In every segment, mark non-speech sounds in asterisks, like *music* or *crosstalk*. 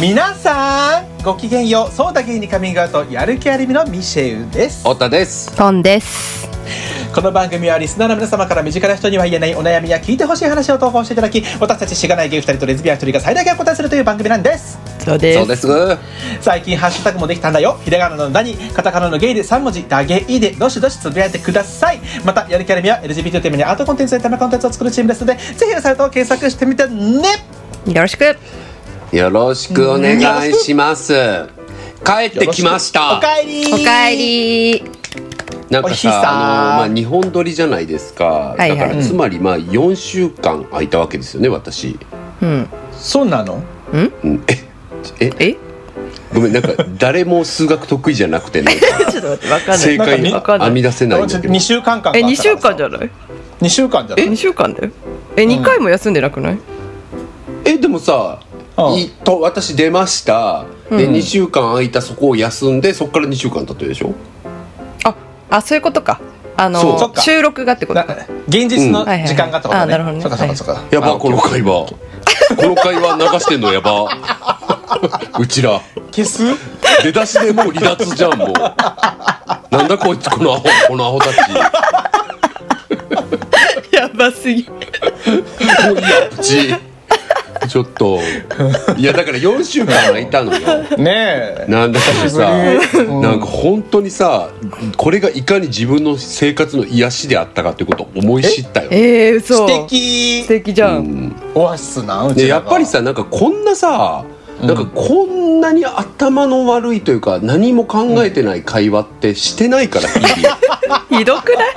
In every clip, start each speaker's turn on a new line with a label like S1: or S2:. S1: 皆さんごきげんようそうだゲイにカミングアウトやる気ありみのミシェウです
S2: 太田です
S3: トンです。
S1: この番組はリスナーの皆様から身近な人には言えないお悩みや聞いてほしい話を投稿していただき私たちしがないゲイ2人とレズビアン1人が最大限お答えするという番組なんです
S3: そうで
S2: そうですは
S1: 最近ハッシュタグもできたんだよひらがなの「な」にカタカナの「ゲイ」で3文字「ダゲイ」でどしどしつぶやいてくださいまたやる気ありみは LGBT をテーマにアートコンテンツやエンタメコンテンツを作るチームですのでぜひサイトを検索してみてね
S3: よろしく。
S2: よろしくお願いします帰ってきました
S1: おかえり
S3: おかえり。
S2: なん
S1: お
S2: か
S1: ひさー
S2: さあの、まあ、日本撮りじゃないですか、
S3: いはい
S2: だからつまりまあ4週間空いたわけですよね私、
S3: うん。
S1: そうなの
S2: うん、ええ
S3: *laughs* え？ち
S2: ごめんなんか誰も数学得意じゃなくてね
S3: ょっと待って、わかん *laughs* ない。
S2: 正解
S3: わかんない
S2: 編み出せないんだけど
S1: 2週間間
S3: え、二週間じゃ
S1: ん
S3: ない？
S1: 2週間じゃな
S3: え、
S1: い
S3: 二週間だよ。え、二回も休んでなくない？
S2: えでもさ
S1: うん
S2: いと私出ましたで2週間空いたそこを休んでそこから2週間経ってるでしょ
S3: あ、あ、そういうことか。あ
S2: そう
S1: そっ
S3: の
S1: か
S3: 収録がってこと
S1: な *laughs*
S3: か。
S1: 現実の
S2: うん
S3: はいはい
S1: 時間がってこと
S3: あ
S1: ね、
S3: なるほどね
S1: そうかそうかそうか、
S2: やば
S1: あ
S2: この会話この会話流してんのやば *laughs* うちら
S1: 消す
S2: 出だしでもう離脱じゃんもうなんだこいつこのアホこのアホたち
S3: やばすぎ。
S2: もういいやプチちょっといやだから4週間空いたのよ
S1: ねえ
S2: なんだかさ、
S1: 久しぶりうん
S2: なんか本当にさこれがいかに自分の生活の癒しであったかってことを思い知ったよ
S3: えー、嘘。
S1: 素。敵
S3: 素敵じゃん。
S1: オアシスなうち
S2: で
S1: らが
S2: やっぱりさなんかこんなさなんかこんなに頭の悪いというか何も考えてない会話ってしてないから日々
S3: ひどくない？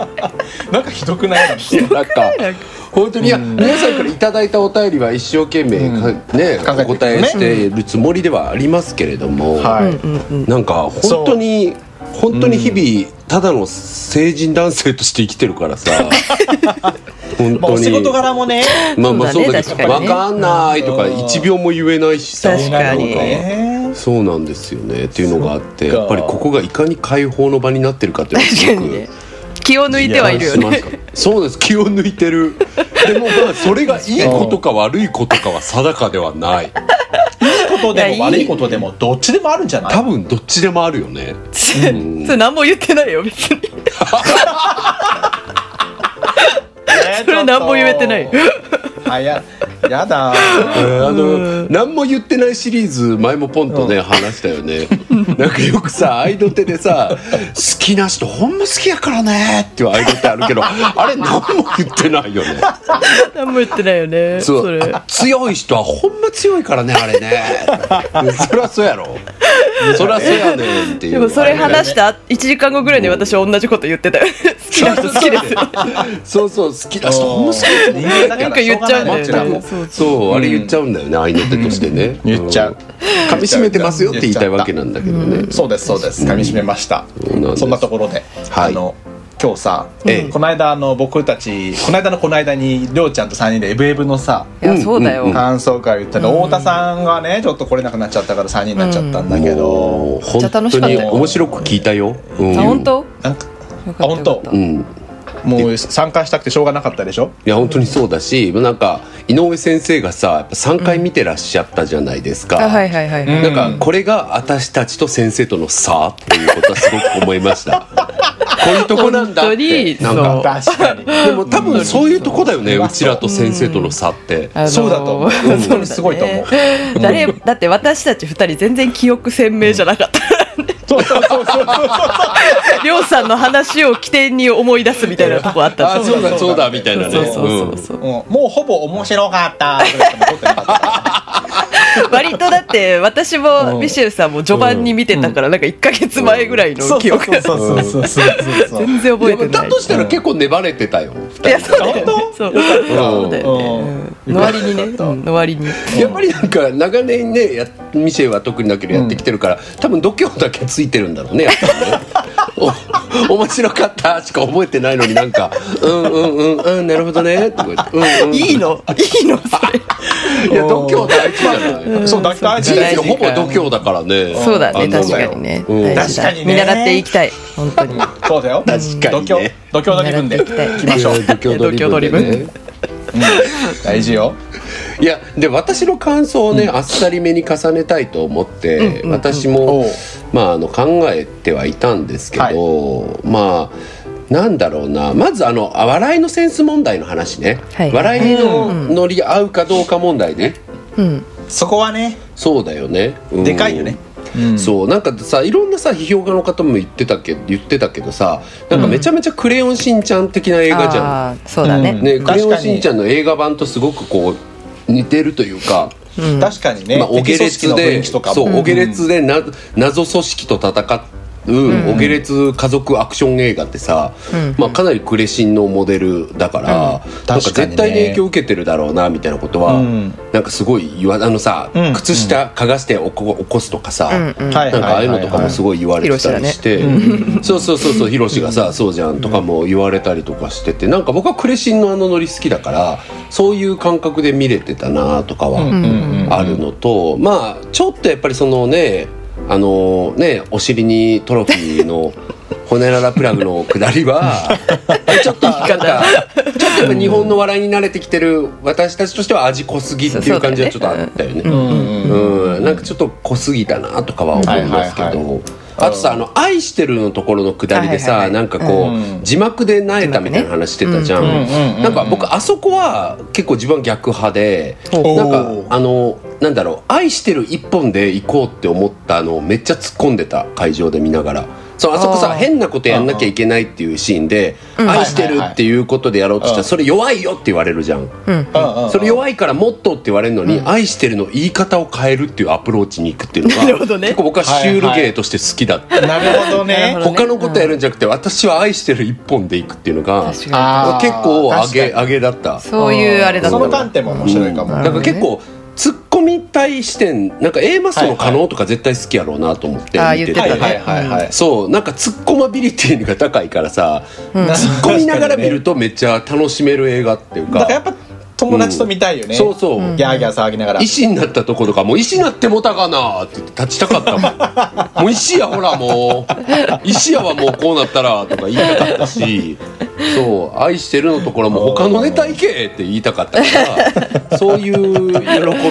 S1: なんかひどく
S2: *laughs*
S1: ない
S2: いやなんか
S3: なんか
S2: 本当にいや皆さんからいただいたお便りは一生懸命かね
S1: 考えてるね
S2: お答えしているつもりではありますけれども
S1: はい、
S2: なんか本当に本当に日々ただの成人男性として生きてるか
S1: *laughs*
S2: らさ本
S1: まあ、
S2: 当
S1: お仕
S2: に
S1: 事柄もね
S2: まあまあ
S3: そ
S2: そうう
S3: だね
S2: だけど
S3: 確かにね
S2: 分かんないとか
S1: うん
S2: 1秒も言えないしさ
S3: 確かに
S1: ね
S2: そうなんですよねっていうのがあって
S1: そっか
S2: やっぱりここがいかに解放の場になってるかっていうのがす
S3: 確
S2: ご
S3: か
S2: く
S3: にね。気を抜いてはいるよ
S2: 感
S3: ね。
S2: じますかそうです気を抜いて
S3: *laughs*
S2: るでもまあそれがいいことか悪いことかは定かではない
S1: いいこと
S3: いや
S1: で
S3: いい
S1: も悪いことでもどっちでもあるんじゃない
S2: 多分どっちでもあるよね
S3: それ何も言ってないよ別に。 *laughs* それ何も言えてないよ
S1: あやや
S3: *laughs*
S1: だ
S2: えーあの何も言ってないシリーズ前もポンとね話したよね *laughs* なんかよくさ合いの手でさ「好きな人ほんま好きやからね」っていう合いの手あるけどあれ何も言ってないよね
S3: 何も言ってないよね。
S2: そ
S3: そうれ。
S2: あ強い人はほんま強いからねあれねそりゃそうやろそりゃそうやねんっていう
S3: でもそれ話した1時間後ぐらいに私同じこと言ってたよ好きな人好きです
S2: *laughs* そうそう好きな人ほんま好き
S1: 人間だから
S3: なんか言っちゃうんだよね
S1: しょうがないもんこ
S2: そうあれ言っちゃうんだよね相手としてね
S1: うん言っちゃうん
S2: 噛み締めてますよって言いたいわけなんだけど
S1: ち
S2: ね
S1: らそうですそうです噛み締めました、
S2: そうなんです
S1: そんなところで、
S2: は
S1: あ
S2: い
S1: の今日さ、
S2: ええ
S1: この間あの僕たちこの間のこの間にりょうちゃんと3人でエブエブのさ
S3: いやそうだよ、
S2: うん
S1: 感想会を言ったら、太田さんがねちょっと来れなくなっちゃったから3人になっちゃったんだけど、
S2: もう
S3: っちゃ楽
S2: 本
S3: し
S2: 当
S3: かった
S2: に
S3: よ
S2: 面白く聞いたようん
S3: あ本当よ
S1: なんか
S3: かったよかった
S1: あ本当
S2: うん
S1: もう参加したくてしょうがなかったでしょ
S2: いや本当にそうだしなんか井上先生がさやっぱ3回見てらっしゃったじゃないですか
S3: あはいはいはい、
S1: ん
S2: なんかこれが私たちと先生との差っていうことはすごく思いましたこういうとこなんだっ
S3: 本当に
S2: てなんか
S1: 確か *laughs* に
S2: でも多分そういうとこだよね
S1: うん
S2: うちらと先生との差って
S3: あのー
S1: そうだ
S3: *laughs*
S1: と思う本当にすごいと思う
S3: 誰だって私たち2人全然記憶鮮明じゃなかった
S1: そうそうそうそう *laughs* そう
S3: りょうさんの話を起点に思い出すみたいなとこあった
S2: あそうだそうだみたいなね
S3: そうそうそうそう、
S1: うんもうほぼ面白かったぐらいしか残ってなかった
S3: 割とだって私もミシェルさんも序盤に見てたからなんか1か月前ぐらいの記憶
S1: そうそうそうそうそう *laughs* そう
S3: 全然覚え
S2: うん
S3: てな
S2: だ
S3: い
S2: としたら結構粘れてたよ
S3: いやそうだよねそうそうだよね
S1: うん
S3: うんの割にねうんの割に
S2: やっぱりなんか長年ねやミシェは特にだけどやってきてるから、多分度胸だけついてるんだろうねやっぱりねお面白かったしか覚えてないのになんか「うんうんうんうんなるほどね」とか言って「うんうん」
S3: いいのいいのそれ
S2: いや度胸大事じゃない、
S1: そうだから
S2: 人
S1: 事
S2: 生
S1: 実
S2: ほぼ度胸だからね
S3: そうだ
S2: あ
S3: ね
S2: んなの
S3: 確かにね
S2: うん
S3: 大事だ
S1: 確かにね
S3: 見習っていきたい本当に
S1: そうだよ
S2: 確かにね
S1: 度胸度胸の部分で
S3: *laughs* 見習っていきたい
S1: いきましょう
S2: いや度胸ドリブンでね
S1: 大事よ
S2: いやで私の感想をね、あっさりめに重ねたいと思って、
S3: うんうんうん
S2: 私
S1: お
S2: も
S1: う、
S2: まあ、あの考えてはいたんですけど、まあなんだろうなまずあのあ笑いのセンス問題の話ね、
S3: はい
S2: 笑いの
S3: うん
S2: ノリ合うかどうか問題ね、
S3: うん
S1: そこはね
S2: そうだよね、うん
S1: でかいよね、うん
S2: そうなんかさいろんなさ批評家の方も言ってたけど言ってたけどさなんかめちゃめちゃ「クレヨンしんちゃん」的な映画じゃん。
S3: あーそうだね、
S2: ね、
S1: うん
S2: クレヨンしんちゃんの映画版とすごくこう似てるというか、
S3: うん
S1: 確かにね、
S2: まあ、お
S1: 敵
S2: 下
S1: 組織
S2: 列
S1: の雰
S2: で
S1: 囲気とかも
S2: そうお下列でな謎組織と戦うお下列家族アクション映画ってさ、
S3: うん
S2: まあ、かなりクレシンのモデルだから、なんか
S1: 確かにね
S2: 絶対に影響受けてるだろうなみたいなことは、
S1: うん
S2: なんかすごい言わあのさ、
S1: うん
S2: 靴下嗅がして起こ起こすとかさ、
S3: うんうん
S1: はい
S2: なんかああいうのとかもすごい言われてたりして、そうそうそうそうヒロシがさ「そうじゃん」とかも言われたりとかしててなんか僕はクレシンのあのノリ好きだからそういう感覚で見れてたなとかはあるのと、まあちょっとやっぱりそのねあのねお尻にトロフィーの *laughs* 骨ララプラグの下りは *laughs* ちょっとなんかちょっとやっぱ日本の笑いに慣れてきてる私たちとしては味濃すぎっていう感じはちょっとあったよね。
S1: うんうんうん
S2: うん、なんかちょっと濃すぎたなとかは思いますけど、
S1: はいはいはい
S2: あとさ「あの愛してる」のところの下りでさ、
S3: はいはいはい
S2: なんかこう、
S1: うん
S2: 字幕でなえたみたいな話してたじゃん、
S3: 字
S1: 幕ねうんうんうん
S2: なんか僕あそこは結構自分は逆派で、
S1: ほう
S2: なん
S1: おー
S2: かあのなんだろう「愛してる」一本で行こうって思ったのをめっちゃ突っ込んでた会場で見ながら。そうあそこさ
S3: あー
S2: 変なことやんなきゃいけないっていうシーンで「
S3: ん
S2: 愛してる」っていうことでやろうとした
S1: うん
S2: らそれ弱いよって言われるじゃん。
S3: う
S1: う
S3: ん
S1: んうん
S2: それ弱いからもっとって言われるのに、愛してるの言い方を変えるっていうアプローチに行くっていうの
S3: *laughs* なるほど
S2: が、
S3: ね
S2: 結構僕はシュール芸として好きだって、
S1: なるほど
S3: なる
S1: ね
S3: ほど
S2: 他のことやるんじゃなくて私は愛してる一本で行くっていうのが
S3: 確
S2: 結
S3: か
S1: あー
S2: 構上げ
S1: 確か
S2: 上げだった
S3: にそういうあれだった
S1: その観点も面白いかも、
S2: うん
S3: な
S2: な
S3: る
S2: ん
S3: ほ
S2: か
S3: どね
S2: 結構ツッコミ対視点なんか A マストの可能とか絶対好きやろうなと思って
S3: あー
S2: 見て
S3: 言
S2: て
S3: っ
S1: は
S3: て
S1: い
S3: たね
S1: はいはいはい、
S2: そうなんかツッコマビリティが高いからさ、
S1: うん
S2: ツッコみながら見るとめっちゃ楽しめる映画っていう
S1: だ
S2: か
S1: からやっぱ友達と見たいよね、
S2: そうそう、
S1: ギャーギャー騒ぎながら
S2: 石になったところかもう石になってもたかなって言って立ちたかった *laughs* もんもう石やほらもう石やはもうこうなったらとか言いたかったしそう愛してるのところも他のネタいけって言いたかったからそういう喜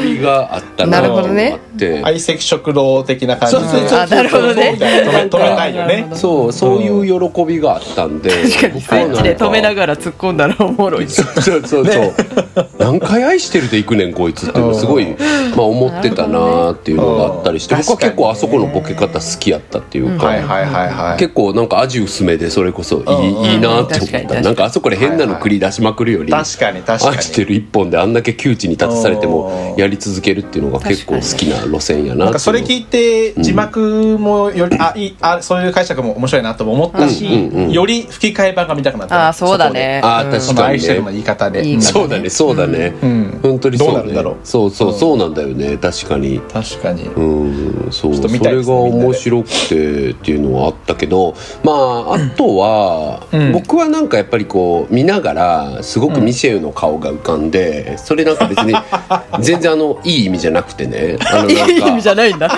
S2: びがあったな
S1: なるほ
S2: って
S1: ど
S2: いうのがあ
S3: ね
S2: って、
S1: 愛席食堂的な感じで
S2: そうそうそうそう
S3: あなるほどね
S1: 止め止めたいよね
S2: そうそういう喜びがあったんで
S3: 確かに
S2: 僕は
S3: ベ
S2: なん
S3: ンチで止めながら突っ込んだらおもろい
S2: そうそうそう、何回愛してるで行くねんこいつっていうのすごい、まあ、思ってたなーっていうのがあったりして、
S1: うん
S2: 僕は結構あそこのボケ
S1: 確かにね
S2: 方好きやったっていうか、
S1: はいはいはいはい
S2: 結構なんか味薄めでそれこそいい,、
S1: うん
S2: いいなって思
S3: 確か
S2: った
S3: に確かに
S2: なんかあそこで変なの繰り出しまくるより、
S1: 確かに確か
S2: 愛して
S1: に
S2: る一本であんだけ窮地に立たされても
S1: うん
S2: やり続けるっていうのが結構好きな路線や
S1: な
S2: な
S1: ん
S2: って
S1: かそれ
S2: い
S1: 聞
S2: う
S1: いて字幕もより、あいいあそういう解釈も面白いなとも思ったし、
S2: うんうんうん
S1: より吹き替え版が見たくなった
S3: あーそうだね
S2: あー確か
S1: そこ
S2: に
S1: でその愛してるの言い方で
S3: いい
S1: うん
S3: か
S2: そうだねそうだね、
S1: うん
S2: 本当にそう
S1: どうな
S2: だ
S1: る
S2: ね
S1: んだろう
S2: そうそうそうなんだよね確かに。
S1: 確かに、
S2: うん、そう、
S1: ちょっと
S2: そ
S1: 見たい
S2: れ
S1: です
S2: が
S1: ねみんなで
S2: 面白くてっていうのはあったけど、まあ、あとは、
S1: うん
S2: 僕はなんかやっぱりこう、見ながら、すごくミシェルの顔が浮かんで、それなんか別
S1: *laughs*
S2: に、全然あの、いい意味じゃなくてね、あの、
S3: いい
S2: なんか、
S3: 意味じゃないんだ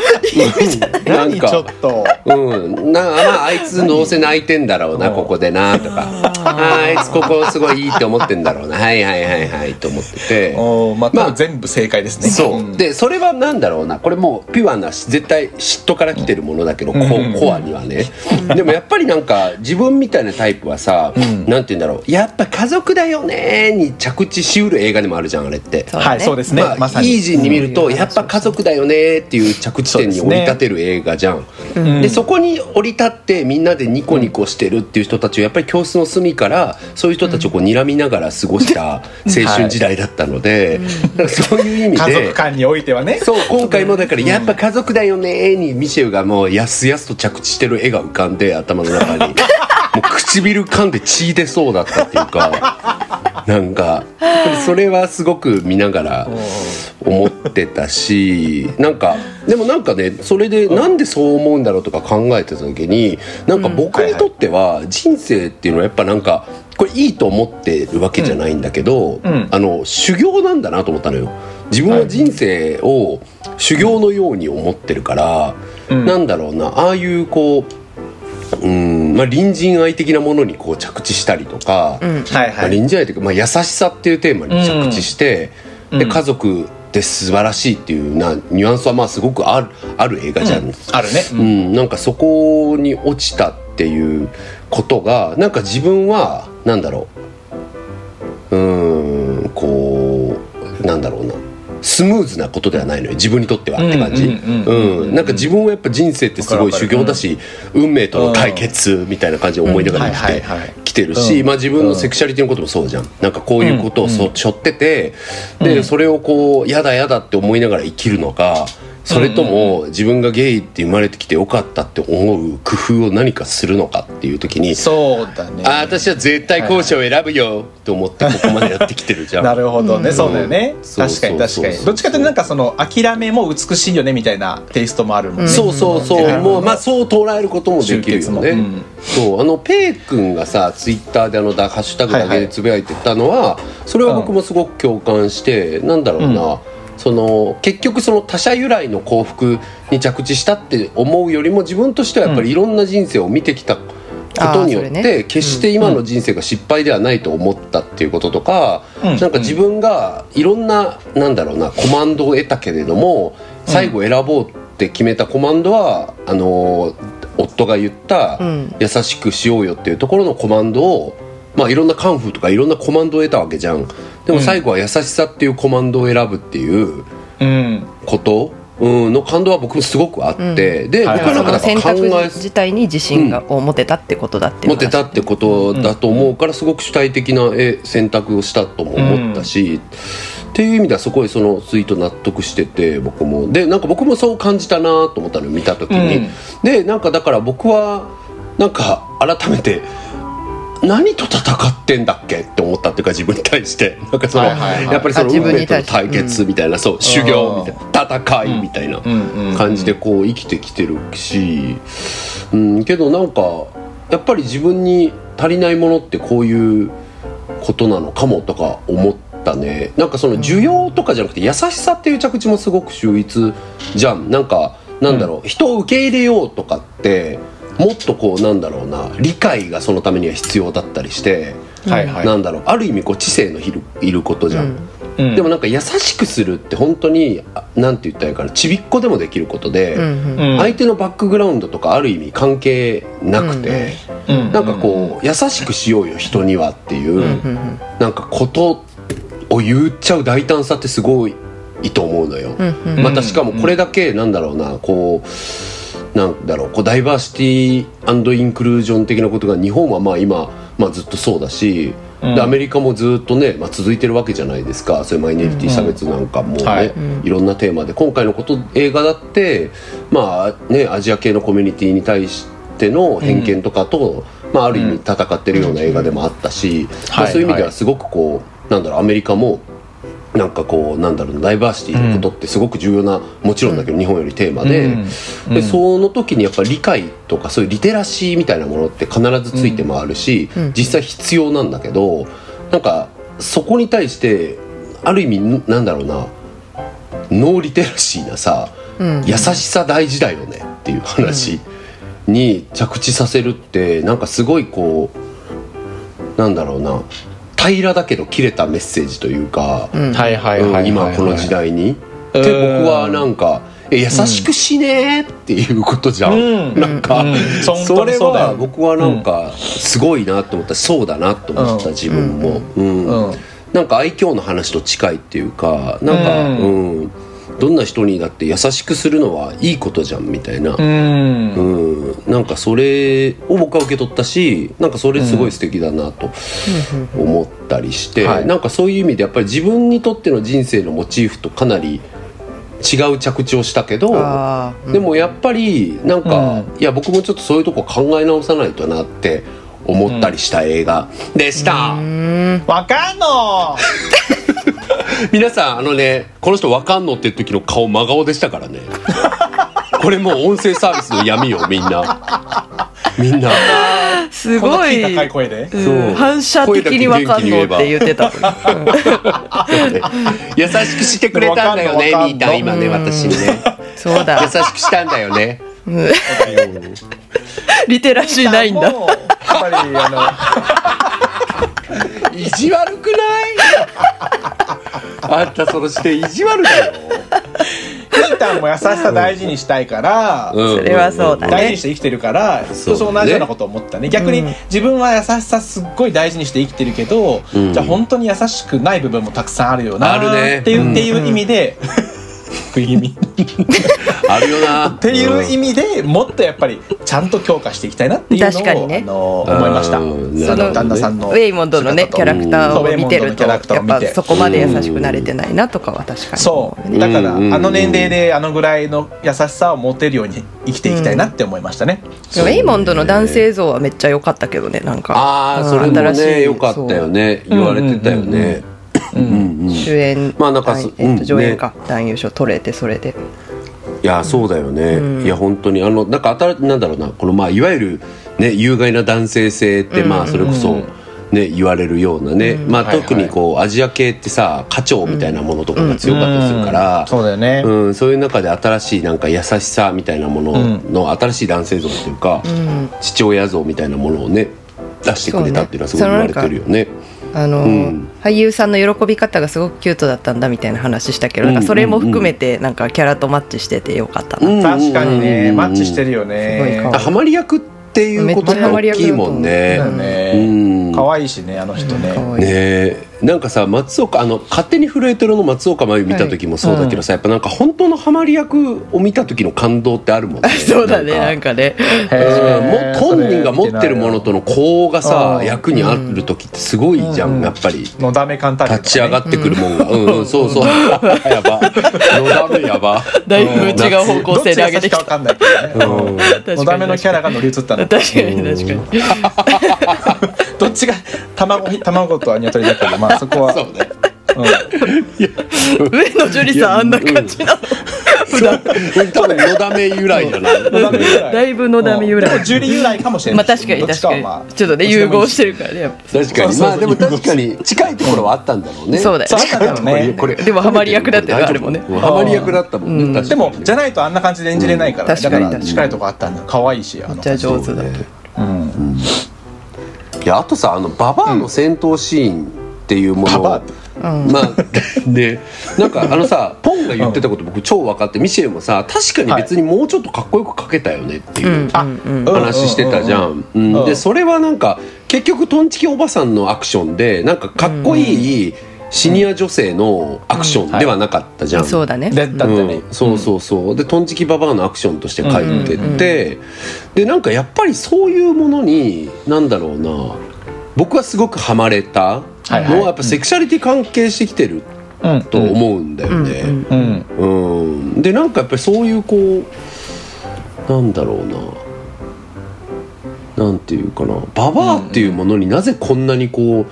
S2: な
S1: 何
S2: ん
S1: ちょ
S2: か
S1: っ、と
S2: うん、なまああいつどうせ泣いてんだろうなここでなとかあーあいつここすごいいいって思ってんだろうなはいはいはいはいと思ってて
S1: おーま
S2: ま
S1: た
S2: あ
S1: 全部正解ですね、
S2: そう、
S1: ん
S2: でそれはなんだろうなこれもうピュアなし絶対嫉妬から来てるものだけど、こ
S1: うん
S2: コアにはね、でもやっぱりなんか自分みたいなタイプはさ、なんて言うんだろうやっぱ家族だよねーに着地しうる映画でもあるじゃんあれって。
S3: そうだね
S1: はいそうですね、
S2: まあ
S1: まさに
S2: イージーに見る
S3: そ
S2: と
S3: ういう話
S2: やっぱ家族だよねーっていう着地点に
S1: そう
S2: 降
S1: です
S2: り
S1: ね
S2: 立てる映画じゃん。で,、そこに降り立ってみんなでニコニコしてるっていう人たちをやっぱり教室の隅からそういう人たちをこう睨みながら過ごした青春時代だったので、なんかそういう意味で
S1: 家族間においてはね
S2: そう今回もだからやっぱ家族だよねーにミシェルがもうやすやすと着地してる絵が浮かんで頭の中
S1: *laughs*
S2: にもう唇噛んで血出そうだったっていうかなんかやっぱりそれはすごく見ながら思ってたしなんかでもなんかねそれでなんでそう思うんだろうとか考えてた時になんか僕にとっては人生っていうのはやっぱなんかこれいいと思ってるわけじゃないんだけど、
S1: ん
S2: あの修行なんだなと思ったのよ。自分は人生を修行のように思ってるから、
S1: うん
S2: なんだろうなああいうこううん、まあ、隣人愛的なものにこう着地したりとか、
S3: うん
S1: はい
S2: まあ
S1: はい
S2: 隣人愛というか、まあ、優しさっていうテーマに着地して、で家族って素晴らしいっていうなニュアンスはまあすごくあるある映画じゃん、
S1: あるね、う
S2: うんん、なんかそこに落ちたっていうことがなんか自分はなんだろううーんこうなんだろうなスムーズなことではないのよ自分にとってはって感じ
S1: うんうんうんうん
S2: うんなんか自分はやっぱ人生ってすごい修行だし運命との対決みたいな感じで思い出が生
S1: うん
S2: きて
S1: はいはいはい
S2: きてるし、
S1: うん
S2: まあ、自分のセクシャリティのこともそうじゃんなんかこういうことをそ、背負っててでそれをこうやだやだって思いながら生きるのかそれとも自分がゲイって生まれてきてよかったって思う工夫を何かするのかっていう時に、
S1: そうだね
S2: ああ私は絶対後者を選ぶよと思ってここまでやってきてるじゃん。
S1: なるほどね、
S3: うん
S1: そうだよね
S2: そう
S1: 確かに
S2: そう
S1: 確
S2: そう
S1: かにどっちかっていうとなんかその諦めも美しいよねみたいなテイストもあるもんね、
S2: そうそうそう、
S1: うん
S2: もうまあそう捉えることもできるよね、
S1: 集結もうん
S2: そうあのペイ君がさツイッターであのだ「ハッシュタグだけ」でつぶやいてたのは、それは僕もすごく共感して、なんだろうな、
S1: う
S2: その結局その他者由来の幸福に着地したって思うよりも自分としてはやっぱりいろんな人生を見てきたことによっ
S3: あーそ
S2: て、決して今の人生が失敗ではないと思ったっていうこととか、
S1: うん
S2: なんか自分がいろんななんだろうなコマンドを得たけれども最後選ぼうって決めたコマンドは、あの夫が言った
S3: うん
S2: 「優しくしようよ」っていうところのコマンドを、まあ、いろんなカンフーとかいろんなコマンドを得たわけじゃん。でも最後は優しさっていうコマンドを選ぶっていう
S1: うん
S2: こと、うん、の感動は僕もすごくあって、で僕
S1: はい
S2: は
S1: はい
S2: な
S3: そ
S2: ん
S3: の
S2: かだから
S3: 選
S2: 考
S3: 択
S2: え
S3: 自体に自信が、を持てたってことだっていう
S2: 持
S3: 話
S2: てたってことだと思うからすごく主体的なえ選択をしたとも思ったし、っていう意味ではすごいそのツイート納得してて僕もでなんか僕もそう感じたなと思ったの見た時に、
S1: うん
S2: でなんかだから僕はなんか改めて何と戦ってんだっけって思ったっていうか自分に対してなんかその、
S1: はいはいはい
S2: やっぱりその
S3: あ自
S2: 運
S3: 分
S2: 命
S3: に
S2: との
S3: 対して
S2: 対決みたいな、そう修行みたいな戦いみたいな。
S1: うんうん
S2: 感じでこう生きてきてるし、うん、けどなんかやっぱり自分に足りないものってこういうことなのかもとか思ったねなんかその需要とかじゃなくて優しさっていう着地もすごく秀逸じゃんなんかなんだろう、人を受け入れようとかってもっとこうなんだろうな理解がそのためには必要だったりして、
S1: はいはい
S2: なんだろうある意味こう知性のいるいることじゃ
S3: うんん
S1: うん
S2: でもなんか優しくするって本当にあなんて言ったらいいかなちびっこでもできることで、
S3: うん
S1: うん
S2: 相手のバックグラウンドとかある意味関係なくて、
S1: うん
S2: なんかこう優しくしようよ人にはっていう、
S3: うんうんうん
S2: なんかことを言っちゃう大胆さってすごいいいと思うのよ。
S3: うんうん
S2: またしかもこれだけなんだろうなこうなんだろうこうダイバーシティインクルージョン的なことが日本はまあ今、まあ、ずっとそうだし、
S1: うん
S2: でアメリカもずっとね、まあ、続いてるわけじゃないですかそういうマイノリティ差別なんかもね、
S1: うんはい
S2: いろんなテーマで今回のこと映画だってまあねアジア系のコミュニティに対しての偏見とかと、まあ、ある意味戦ってるような映画でもあったし、まあ、そういう意味ではすごくこうなんだろうアメリカもなんかこうなんだろうなダイバーシティのことってすごく重要な、もちろんだけど日本よりテーマで,、
S1: うんう
S2: で
S1: ん
S2: その時にやっぱり理解とかそういうリテラシーみたいなものって必ずついて回るし、
S3: うん
S2: 実際必要なんだけどなんかそこに対してある意味んなんだろうなノーリテラシーなさ、
S3: うん
S2: 優しさ大事だよねっていう話に着地させるってなんかすごいこうなんだろうな平らだけど切れたメッセージというか、
S3: うん
S1: はいはいはいはい、
S2: うん今この時代に。
S1: う
S2: で
S1: ん
S2: 僕はなんか「え優しくしね」っていうことじゃん、
S1: うん
S2: なんか、
S1: うんうん
S2: それ
S1: 本当にそうだよ
S2: は僕はなんかすごいなと思ったしそうだなと思った
S1: うん
S2: 自分も、うん
S1: うん
S2: なんか愛嬌の話と近いっていうかなんか、
S1: う
S2: うんどんな人にだって優しくするのはいいことじゃんみたいな、
S1: うん
S2: うん、なんかそれを僕は受け取ったしなんかそれすごい素敵だなと思ったりして、
S1: はい
S2: なんかそういう意味でやっぱり自分にとっての人生のモチーフとかなり違う着地をしたけど、
S3: あーうん
S2: でもやっぱりなんか、
S1: う
S2: いや僕もちょっとそういうとこ考え直さないとなって思ったりした映画でした、
S1: わかんの
S2: 皆さんあのねこの人わかんのって時の顔真顔でしたからねこれもう音声サービスの闇よみんなみんな。
S3: す
S1: こんな
S3: ごい
S1: 高い声で
S3: うん
S2: そう
S3: 反射的にわかんのって言ってた
S2: 優しくしてくれたんだよ
S1: わ
S2: ね
S1: かんの
S2: みーたん今ね
S3: わかんの
S2: 私にね
S3: そう
S2: *laughs*
S3: だ
S2: 優しくしたんだよね
S3: リテラシーないんだ
S1: もうやっぱりあ
S2: 意地悪くないあんたその視点意地悪だよ。
S1: ピーターも優しさ大事にしたいから、
S3: それはそうだね
S1: 大事にして生きてるから、
S2: そう
S1: そう同じようなこと思ったね逆に
S3: うん
S1: 自分は優しさすっごい大事にして生きてるけど、
S2: うん
S1: じゃあ本当に優しくない部分もたくさんあるよな
S2: あるね
S1: っていう,、
S2: うん
S1: っていう意味で *laughs* 食い気味っ
S2: あるよな。って
S1: いう意味でもっとやっぱりちゃんと強化していきたいなっていうの
S3: 確かに
S1: を、
S3: ね
S1: あの思いました、
S2: うん
S1: そ
S2: なるほど
S1: の
S2: ね
S1: 旦那さんの
S3: ウェイモンドのねキャラクターを見て
S1: そうウェイ
S3: ると
S1: モンドのキャ
S3: や
S1: ラクターを
S3: っ
S1: 見
S3: ぱ
S1: て
S3: そこまで優しくなれてないなとかは確かに
S1: そうだから、
S2: うん
S1: あの年齢であのぐらいの優しさを持てるように生きていきたいなって思いましたね、
S3: ウェイモンドの男性像はめっちゃ良かったけどねなんか
S2: ああ、それ
S3: うん
S2: も
S3: 新し
S2: ね、
S3: い
S2: よかったよね。
S1: う
S2: 言われてたよね。うんうん
S3: そう
S2: い
S3: 主演
S2: まあなんかそ
S3: 男えっ
S2: う
S3: と
S2: ん
S3: 上演か男優賞取れてそれで
S2: や、そうだよね。いや、本当に、あの、なんか、新しい、なんだろうな、この、まあ、いわゆる。ね、有害な男性性って、まあ、それこそ。ね、言われるようなね、まあ、
S1: はいはい
S2: 特にこうアジア系ってさ家長みたいなものとかが強かったりするから、
S1: そうだよね、
S2: うん、そういう中で新しいなんか優しさみたいなものの新しい男性像っていうか、
S3: ん
S2: 父親像みたいなものをね出してくれたっていうのはすご
S3: そ
S2: い
S3: う
S2: 言
S3: ね
S2: われてるよね。
S3: あの
S2: うん
S3: 俳優さんの喜び方がすごくキュートだったんだみたいな話したけど、なんかそれも含めてなんかキャラとマッチしててよかったな、
S2: うん
S1: 確かにね、
S2: うん
S1: マッチしてるよ
S3: すごい
S1: ね
S3: 可愛い
S2: ハマり役っていうことが大きいもんね
S1: だ。よね
S2: うん
S1: 可愛いしねあの人
S3: 可愛
S1: ね
S3: い
S2: ねえなんかさ松岡あの勝手に震えてるの松岡真由見た時もそうだけどさ、やっぱなんか本当のハマり役を見た時の感動ってあるもん
S3: *laughs*
S2: ね
S3: そうだねなんかね
S2: うんも本人が持ってるものとの呼応が
S1: あ
S2: さ
S1: ー
S2: 役にある時ってすごいじゃん、
S1: うん
S2: やっぱり。
S1: のだめ簡単
S2: 立ち上がってくるもんが、うん、うん、そ
S1: *laughs*
S2: うそう、やば、のだめやば。
S3: だいぶ違う方向性で上げてき
S1: どっちが優しいか
S3: た
S1: 分かんない
S3: *laughs*
S1: けどね
S3: かに
S1: のだめのキャラが乗り移ったの
S3: 確かに確かに
S1: どっちが卵卵とはニワトリだけどまあそこは
S2: *laughs* そうね。
S1: うん
S3: 上野樹里さんあんな感じなの、普段
S2: 多分のだめ由来じゃない。
S1: のだめ由来
S3: だいぶのだめ由来
S1: うんでもジュリ由来かもしれな
S3: まあ
S1: い
S3: 確かに
S1: どっ
S3: 確
S1: ちは
S3: かに、
S1: まあ
S3: ちょっとね融合して
S1: る
S3: るからねやっぱ
S2: 確か
S1: そうそう
S2: に、
S1: そう
S2: まあ、でも、確かに、近いところはあったんだろうね。
S3: そうだよ
S1: そうだよね
S2: これ、これ
S3: でもハマり役だったよねあれもね
S2: ハマり役だったもんね。
S1: でもじゃないとあんな感じで演じれないから
S3: うん
S1: だか
S3: 確からに
S1: 近いとこあったんだ可愛いしあ
S3: め
S1: の
S3: っちゃ上
S2: 上
S3: 手
S2: 手
S3: だ
S2: だ
S3: っ
S2: ね。
S1: うん
S2: いや、あとさ、あの、ババアの戦闘シーンっていうもの。
S1: ババ
S3: アうん
S2: まあ、で、なんか、あのさ、ポンが言ってたこと、僕超分かって、ミシェルもさ、確かに別にもうちょっとかっこよくかけたよねっていう。
S3: うん
S1: あ
S3: うんうん
S2: 話してたじゃ。
S1: うんん
S2: うん
S1: うん
S2: でそれはなんか結局トンチキおばさんのアクションでなんかかっこいいシニア女性のアクションではなかったじゃん。
S3: そうだね
S1: でだってね
S2: うんそうそうそう、でトンチキババアのアクションとして書いてて、
S3: うんうんうん
S2: でなんかやっぱりそういうものになんだろうな僕はすごくハマれた
S1: いはい
S2: のはやっぱセクシャリティ関係してきてる
S1: うん
S2: と思うんだよね。
S3: うんうん
S1: うん
S2: うん、でなんかやっぱりそういうこうなんだろうななんていうかなババアっていうものになぜこんなにこう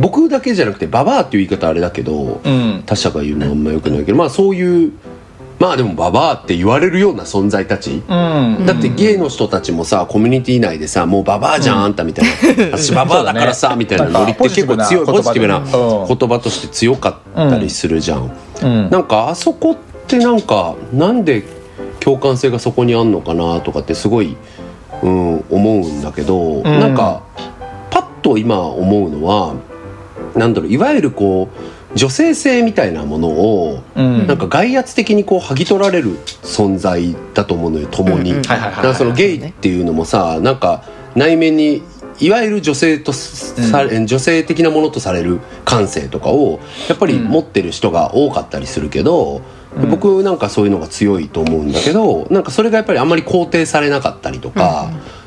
S2: 僕だけじゃなくてババアっていう言い方あれだけど、
S1: うん
S2: 他者が言うのはあんまよくないけどまあそういうまあでもババアって言われるような存在たち、
S1: うん
S2: だってゲイの人たちもさコミュニティ内でさもうババアじゃん、あんたみたいな私ババアだからさ、
S1: そうだね
S2: みたいなノリって結構強い
S1: なんかポ
S2: ポジ
S1: ジ
S2: テ
S1: ティ
S2: ィブ
S1: ブ
S2: な
S1: な
S2: 言葉として強かったりするじゃん
S1: うん
S2: なんかあそこってなんかなんで共感性がそこにあんのかなとかってすごい、うん、思うんだけど、
S1: ん
S2: なんかパッと今思うのはなんだろういわゆるこう女性性みたいなものを、
S1: うん
S2: なんか外圧的にこう剥ぎ取られる存在だと思うのよ共に。
S3: うんうん
S1: はいはい
S2: だからそのゲイっていうのもさなんか内面にいわゆる女性とさ、女性的なものとされる感性とかをやっぱり持ってる人が多かったりするけど、僕なんかそういうのが強いと思うんだけどなんかそれがやっぱりあんまり肯定されなかったりとか、うん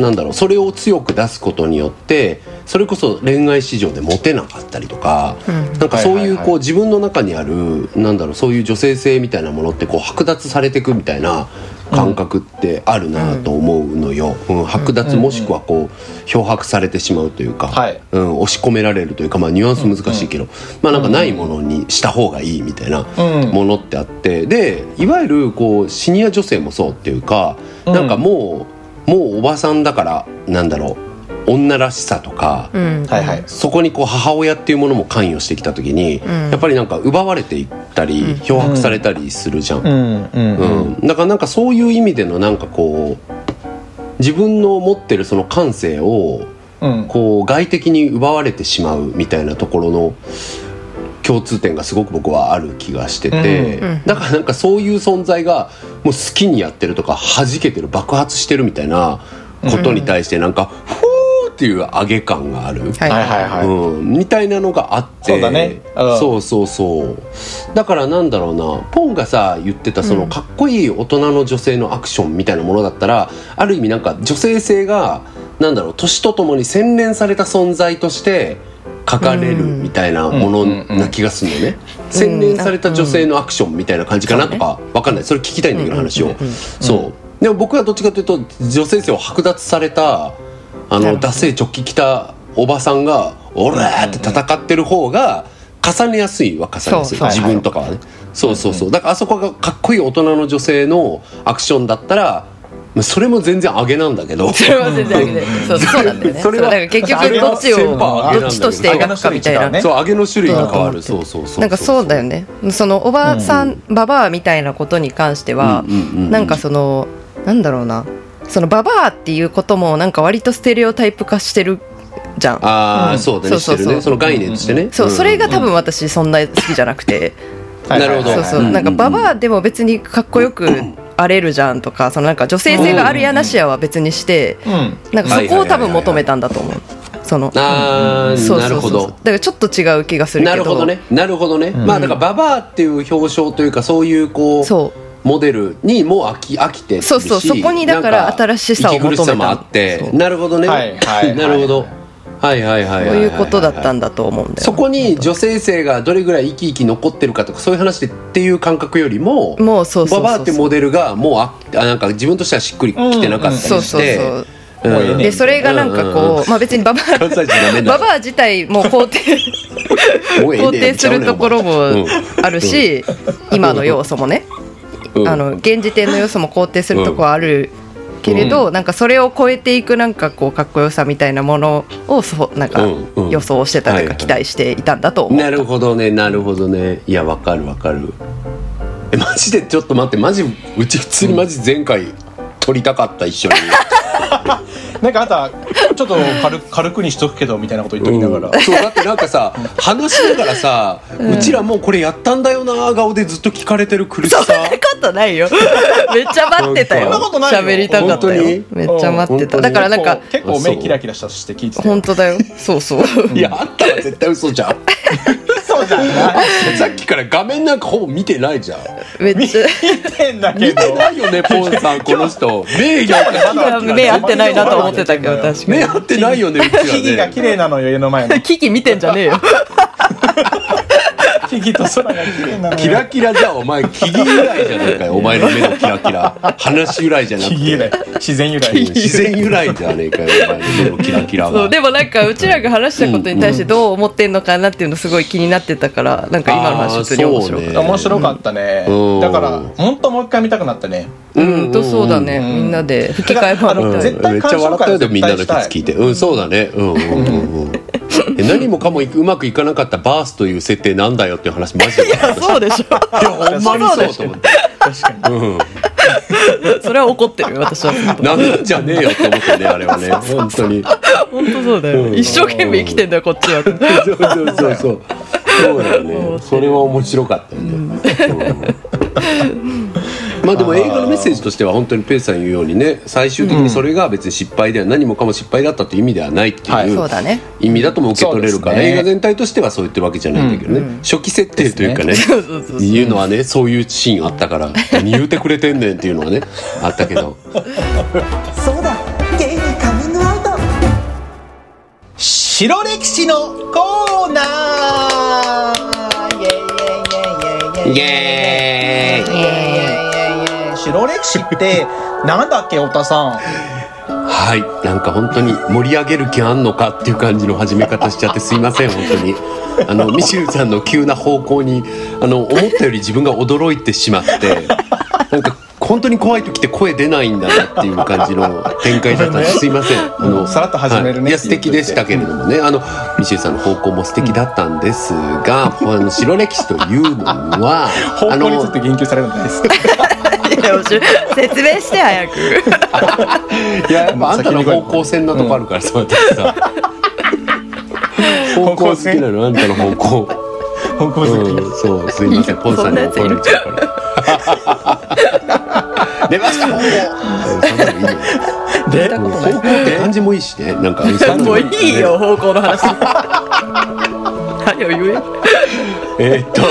S2: なんだろうそれを強く出すことによってそれこそ恋愛市場でモテなかったりとか、なんかそういう
S1: はいはい
S2: こ
S1: は
S2: う自分の中にあるなんだろうそういう女性性みたいなものってこう剥奪されていくみたいな感覚ってあるなと思うのよ、うん剥奪もしくはこう漂白されてしまうというか、
S1: はい
S2: うん、押し込められるというか、まあ、ニュアンス難しいけど、まあなんかないものにした方がいいみたいな
S1: うん
S2: ものってあってでいわゆるこうシニア女性もそうっていうか、
S1: うん
S2: なんかもうもうおばさんだからなんだろう女らしさとか、
S3: うん
S1: はいはい
S2: そこにこう母親っていうものも関与してきた時
S3: ん
S2: に、やっぱりなんか奪われていったり、漂白されたりするじゃん。
S1: うんうん
S2: うん、だからなんかそういう意味でのなんかこう自分の持ってるその感性を
S1: うん
S2: こう外的に奪われてしまうみたいなところの共通点がすごく僕はある気がしてて、
S1: うん
S3: うん
S2: だからなんかそういう存在がもう好きにやってるとか弾けてる爆発してるみたいなことに対してなんか、ふーっていう上げ感がある。
S3: はい
S1: はいはいはい、
S2: うん、みたいなのがあって
S1: そうだねうん
S2: そうそうそうだからなんだろうなポンがさ言ってたそのかっこいい大人の女性のアクションみたいなものだったらある意味なんか女性性がなんだろう年とともに洗練された存在として書かれるみたいなものな気がするのね、洗練された女性のアクションみたいな感じかなとかわかんないそれ聞きたいんだけど話を、そうでも僕はどっちかというと女性性を剥奪された
S3: な
S2: あ
S3: る
S2: の
S3: ほど
S2: ダセー直帰来たおばさんが「オラ!」って戦ってる方が重ねやすいは重ねやすい
S3: そう
S1: そう
S2: 自分とかはねそうそうそうだからあそこがかっこいい大人の女性のアクションだったらまあそれも全然上げなんだけ
S3: *laughs*
S2: ど
S3: それは全然あげないそうそうなんだよね
S2: それ
S3: そう
S2: は
S3: だから結局どっち
S2: それは先輩
S3: をどっちとして
S2: 上
S1: な
S2: げ
S1: んだけど
S3: 描くかみたい
S1: 上げの種類違う
S3: な
S1: ね
S2: そう上げの種類が変わる
S3: そ
S2: そううそうそう
S3: なんかそうだよねそのおばさん、ババアみたいなことに関しては、
S2: うんうんうん
S3: なんかそのなんだろうなそのババアっていうこともなんか割とステレオタイプ化してるじゃん
S2: あ
S1: う
S2: あ
S1: ん
S2: そう
S3: そ
S2: だね
S3: う
S2: し
S3: そう
S2: て
S3: そう
S2: るねその概念としてね
S3: そう、それ
S2: が
S3: が多分私そんな好きじゃなくて、
S1: はいはいはい
S2: なるほど
S3: そうそう、
S2: うん
S3: なんかババアでも別にかっこよく荒れるじゃんとかそのなんか女性性があるやなしやは別にして、
S1: うん
S3: なんかそこを多分求めたんだと思うその
S2: ああ
S3: そう
S2: な
S3: そ
S2: る
S3: うそ
S2: ほ
S3: うそう
S2: ど
S3: だからちょっと違う気がするけど
S2: なるほどねなるほどね、まあだからババアっていう表彰というかそういうこう
S3: そう
S2: モデルにもう飽き飽きてるし
S3: そうそうそこにだから
S2: なん
S3: 新しさを求めた
S2: 息苦しさもあってなるほどね、
S1: はいはいはい
S2: なるほどはいはいはい
S3: そ
S2: は
S3: う
S2: いはい
S3: いうことだったんだと思うんだよ、
S2: そこに女性性がどれぐらい生き生き残ってるかとかそういう話でっていう感覚よりも
S3: もうそうそうそうそう
S2: ババアってモデルがもうああなんか自分としてはしっくりきてなかった
S3: そう
S2: りし
S3: そう
S2: て、
S3: そう
S2: うん
S1: もうええね
S3: でそれがなんかこう、
S2: うんうん
S3: まあ別にバ
S2: *laughs*
S3: バ
S2: 関西人ダメ
S3: ア
S2: だ
S3: ババア自体も肯
S2: *laughs*
S3: 定
S2: もうええね
S3: 肯定するところもあるし、今の要素もね、
S2: うん
S3: あの現時点の要素も肯定するとこはあるけれど、なんかそれを超えていくなんかこうかっこよさみたいなものをそうなんか
S2: うんうん
S3: 予想してたと
S2: はいいうは
S3: か
S2: い
S3: 期待していたんだと思う。
S2: なるほどねなるほどねいやわかるわかるえマジでちょっと待ってマジうち普通にマジ前回撮りたかった一
S3: *laughs*
S2: 緒に、
S1: なんかあとはちょっと軽く軽くにしとくけどみたいなこと言っときながら、
S2: そうだってなんかさ話しながらさ、うちらもうこれやったんだよな顔でずっと聞かれてる苦しさ
S3: ことないよ *laughs* めっちゃ待ってたよ
S2: そんな
S1: ことないよ
S3: 喋りたかったよ
S2: 本当
S3: めっちゃ待ってただからなんか
S1: 結構目キラキラしたして聞いてて
S3: 本当だよそう
S2: *laughs*
S3: そう
S2: いやあったら絶対嘘じゃん
S1: そうじゃ *laughs* ない
S2: さっきから画面なんかほぼ見てないじゃん
S3: めっちゃ
S1: 見てんだけ
S2: 見
S1: ど
S2: てないよねポンさんこ
S3: *laughs*
S2: の人目やって
S1: 今日は
S3: 目合ってないなと思ってたけど
S1: 目合ってない
S3: 確
S2: 目
S3: か
S2: 合ってないよね
S3: *laughs*
S2: う
S1: 木々
S2: ちら
S1: が
S2: ね
S1: 綺麗なのよ家の *laughs* 前の
S3: にキキ見てんじゃねえよ
S1: 木々と空が綺麗なのよ
S2: キラキラじゃんお前木々由来じゃないかよお前の目のキラキラ話由来じゃなく
S1: 木
S2: て
S1: 々由来自然由来
S2: 自然由来じゃねえかよ、お前のキラキラ
S3: そう
S2: は。
S3: でもなんかうちらが話したことに対してどう思ってんのかなっていうのすごい気になってたからなんか今の話普通に面白かっ
S2: あーそうね
S1: 面白かったね、
S2: うん
S1: だから本当もう一回見たくなったね
S3: たうんとそうだねみんなで吹き替え版
S1: だか
S3: み
S1: らあの
S3: たい
S1: 絶対
S2: めっちゃ笑ったよでもみんなのやつ聞いてうんそうだねうんうんうんうんえ何もかもうまくいかなかったバースという設定なんだよっていう話マジでい
S3: なそうでしょ
S2: やほんまにそうと思って
S1: 確かに
S3: それは怒ってるよ私は本
S2: なんじゃねえよって思ってねあれはね本当に
S3: 当本当そうだよ一生懸命生きてんだよこっちは
S2: そうそうそうそうそうだよねそれは面白かったよねまあでも映画のメッセージとしては本当にペイさん言うようにね最終的にそれが別に失敗では何もかも失敗だったという意味ではないって
S1: はい
S2: い
S3: そう
S2: う
S3: だね
S2: 意味だとも受け取れるから、
S1: そうですね
S2: 映画全体としてはそう言ってるわけじゃないんだけどね、初期設定というかね
S3: そうそうそうそう
S2: いうのはねそういうシーンあった *laughs* から何言うてくれてんねんっていうのはねあったけど
S4: そうだゲイにカミングアウト
S1: 白歴史のコーナーイエイエイエイエイエイエイ
S2: イエーイ
S1: エイエイエイ白歴史ってなんだっけ太田さん
S2: はいなんか本当に盛り上げる気あんのかっていう感じの始め方しちゃってすいません本当にあのミシェルさんの急な方向にあの思ったより自分が驚いてしまってなんか本当に怖い時って声出ないんだなっていう感じの展開だったんですすいませんあの
S1: さらっと始めるね
S2: はいいや素敵でしたけれどもねあのミシェルさんの方向も素敵だったんです
S1: *laughs*
S2: が、あの白歴史というのは
S1: 方
S2: あ
S1: 向につ
S2: の
S1: いて言及されるんです
S3: いや面白い説明して早く
S2: いや、やっぱあんたの方向線のとこある *laughs* から、そうやってさ。方向好きなの、あんたの方向。
S1: 香港好き。
S2: うん、そうすいません
S3: いや
S2: ポンさんに怒
S3: そん
S2: ら
S3: な
S2: れ
S3: やつ
S2: ちゃうから。 *laughs* 出ました香港。そんな *laughs* のいいよ
S1: で
S3: そんなことな
S2: 香港
S3: い
S2: って漢字 *laughs* もいいしねなんか
S3: もういいよ方向の話はよ言え
S2: えーっと、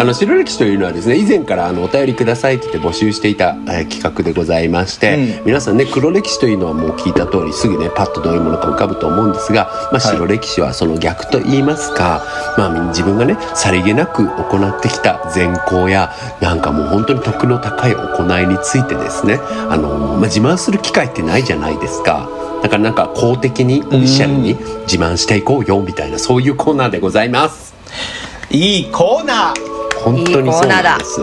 S2: あの白歴史というのはですね、以前からあのお便りくださいって言って募集していた、えー企画でございまして、
S1: う
S2: 皆さんね黒歴史というのはもう聞いた通りすぐねパッとどういうものか浮かぶと思うんですが、まあ白歴史はその逆と言いますか、まあ自分がねさりげなく行ってきた善行やなんかもう本当に徳の高い行いについてですね、あのまあ自慢する機会ってないじゃないですか。だからなんか公的にオフィシャルに自慢していこうよみたいなそういうコーナーでございます。
S1: いいコーナー。
S2: 本当にそうなんです。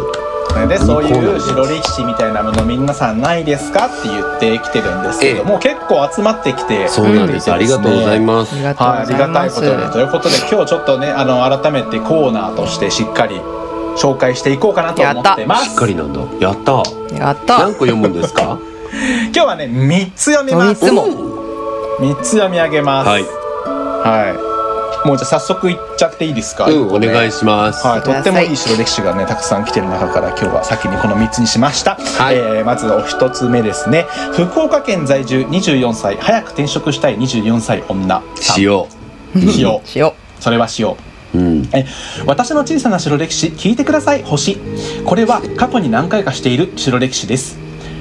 S1: これでそうい
S2: いいコーナー
S1: う
S2: です
S1: 白歴史みたいなもの皆さんないですかって言ってきてるんですけども、結構集まってきて
S2: そうなんです。ありがとうございます。
S3: ありがとう
S1: はい、あ
S3: ご
S1: り
S3: ざい
S1: がた
S3: ま
S1: いこ
S3: す
S1: とにということで今日ちょっとねあの改めてコーナーとしてしっかり紹介していこうかなと思ってま
S2: しっ
S1: す今
S2: かりなんだ。やった。
S3: やった
S2: 何個読むんですか？
S1: 日はね3つ読みます
S3: いつも
S2: うん
S1: 3つ読み上げます
S2: はい
S1: はいもうじゃあ早速いっちゃっていいですか、
S2: うんお願い
S1: し
S2: します。
S1: はい、
S3: して
S1: と
S3: くださ
S1: っ
S3: い
S1: てもいい白歴史がねたくさん来てる中から今日は先にこの3つにしました、
S2: はい
S1: えーまずお一つ目ですね福岡県在住24歳早く転職したい24歳女
S2: 塩。
S1: 塩
S3: しよ
S1: それは塩
S2: うん。
S1: え私の小さな白歴史聞いてください星これは過去に何回かしている白歴史です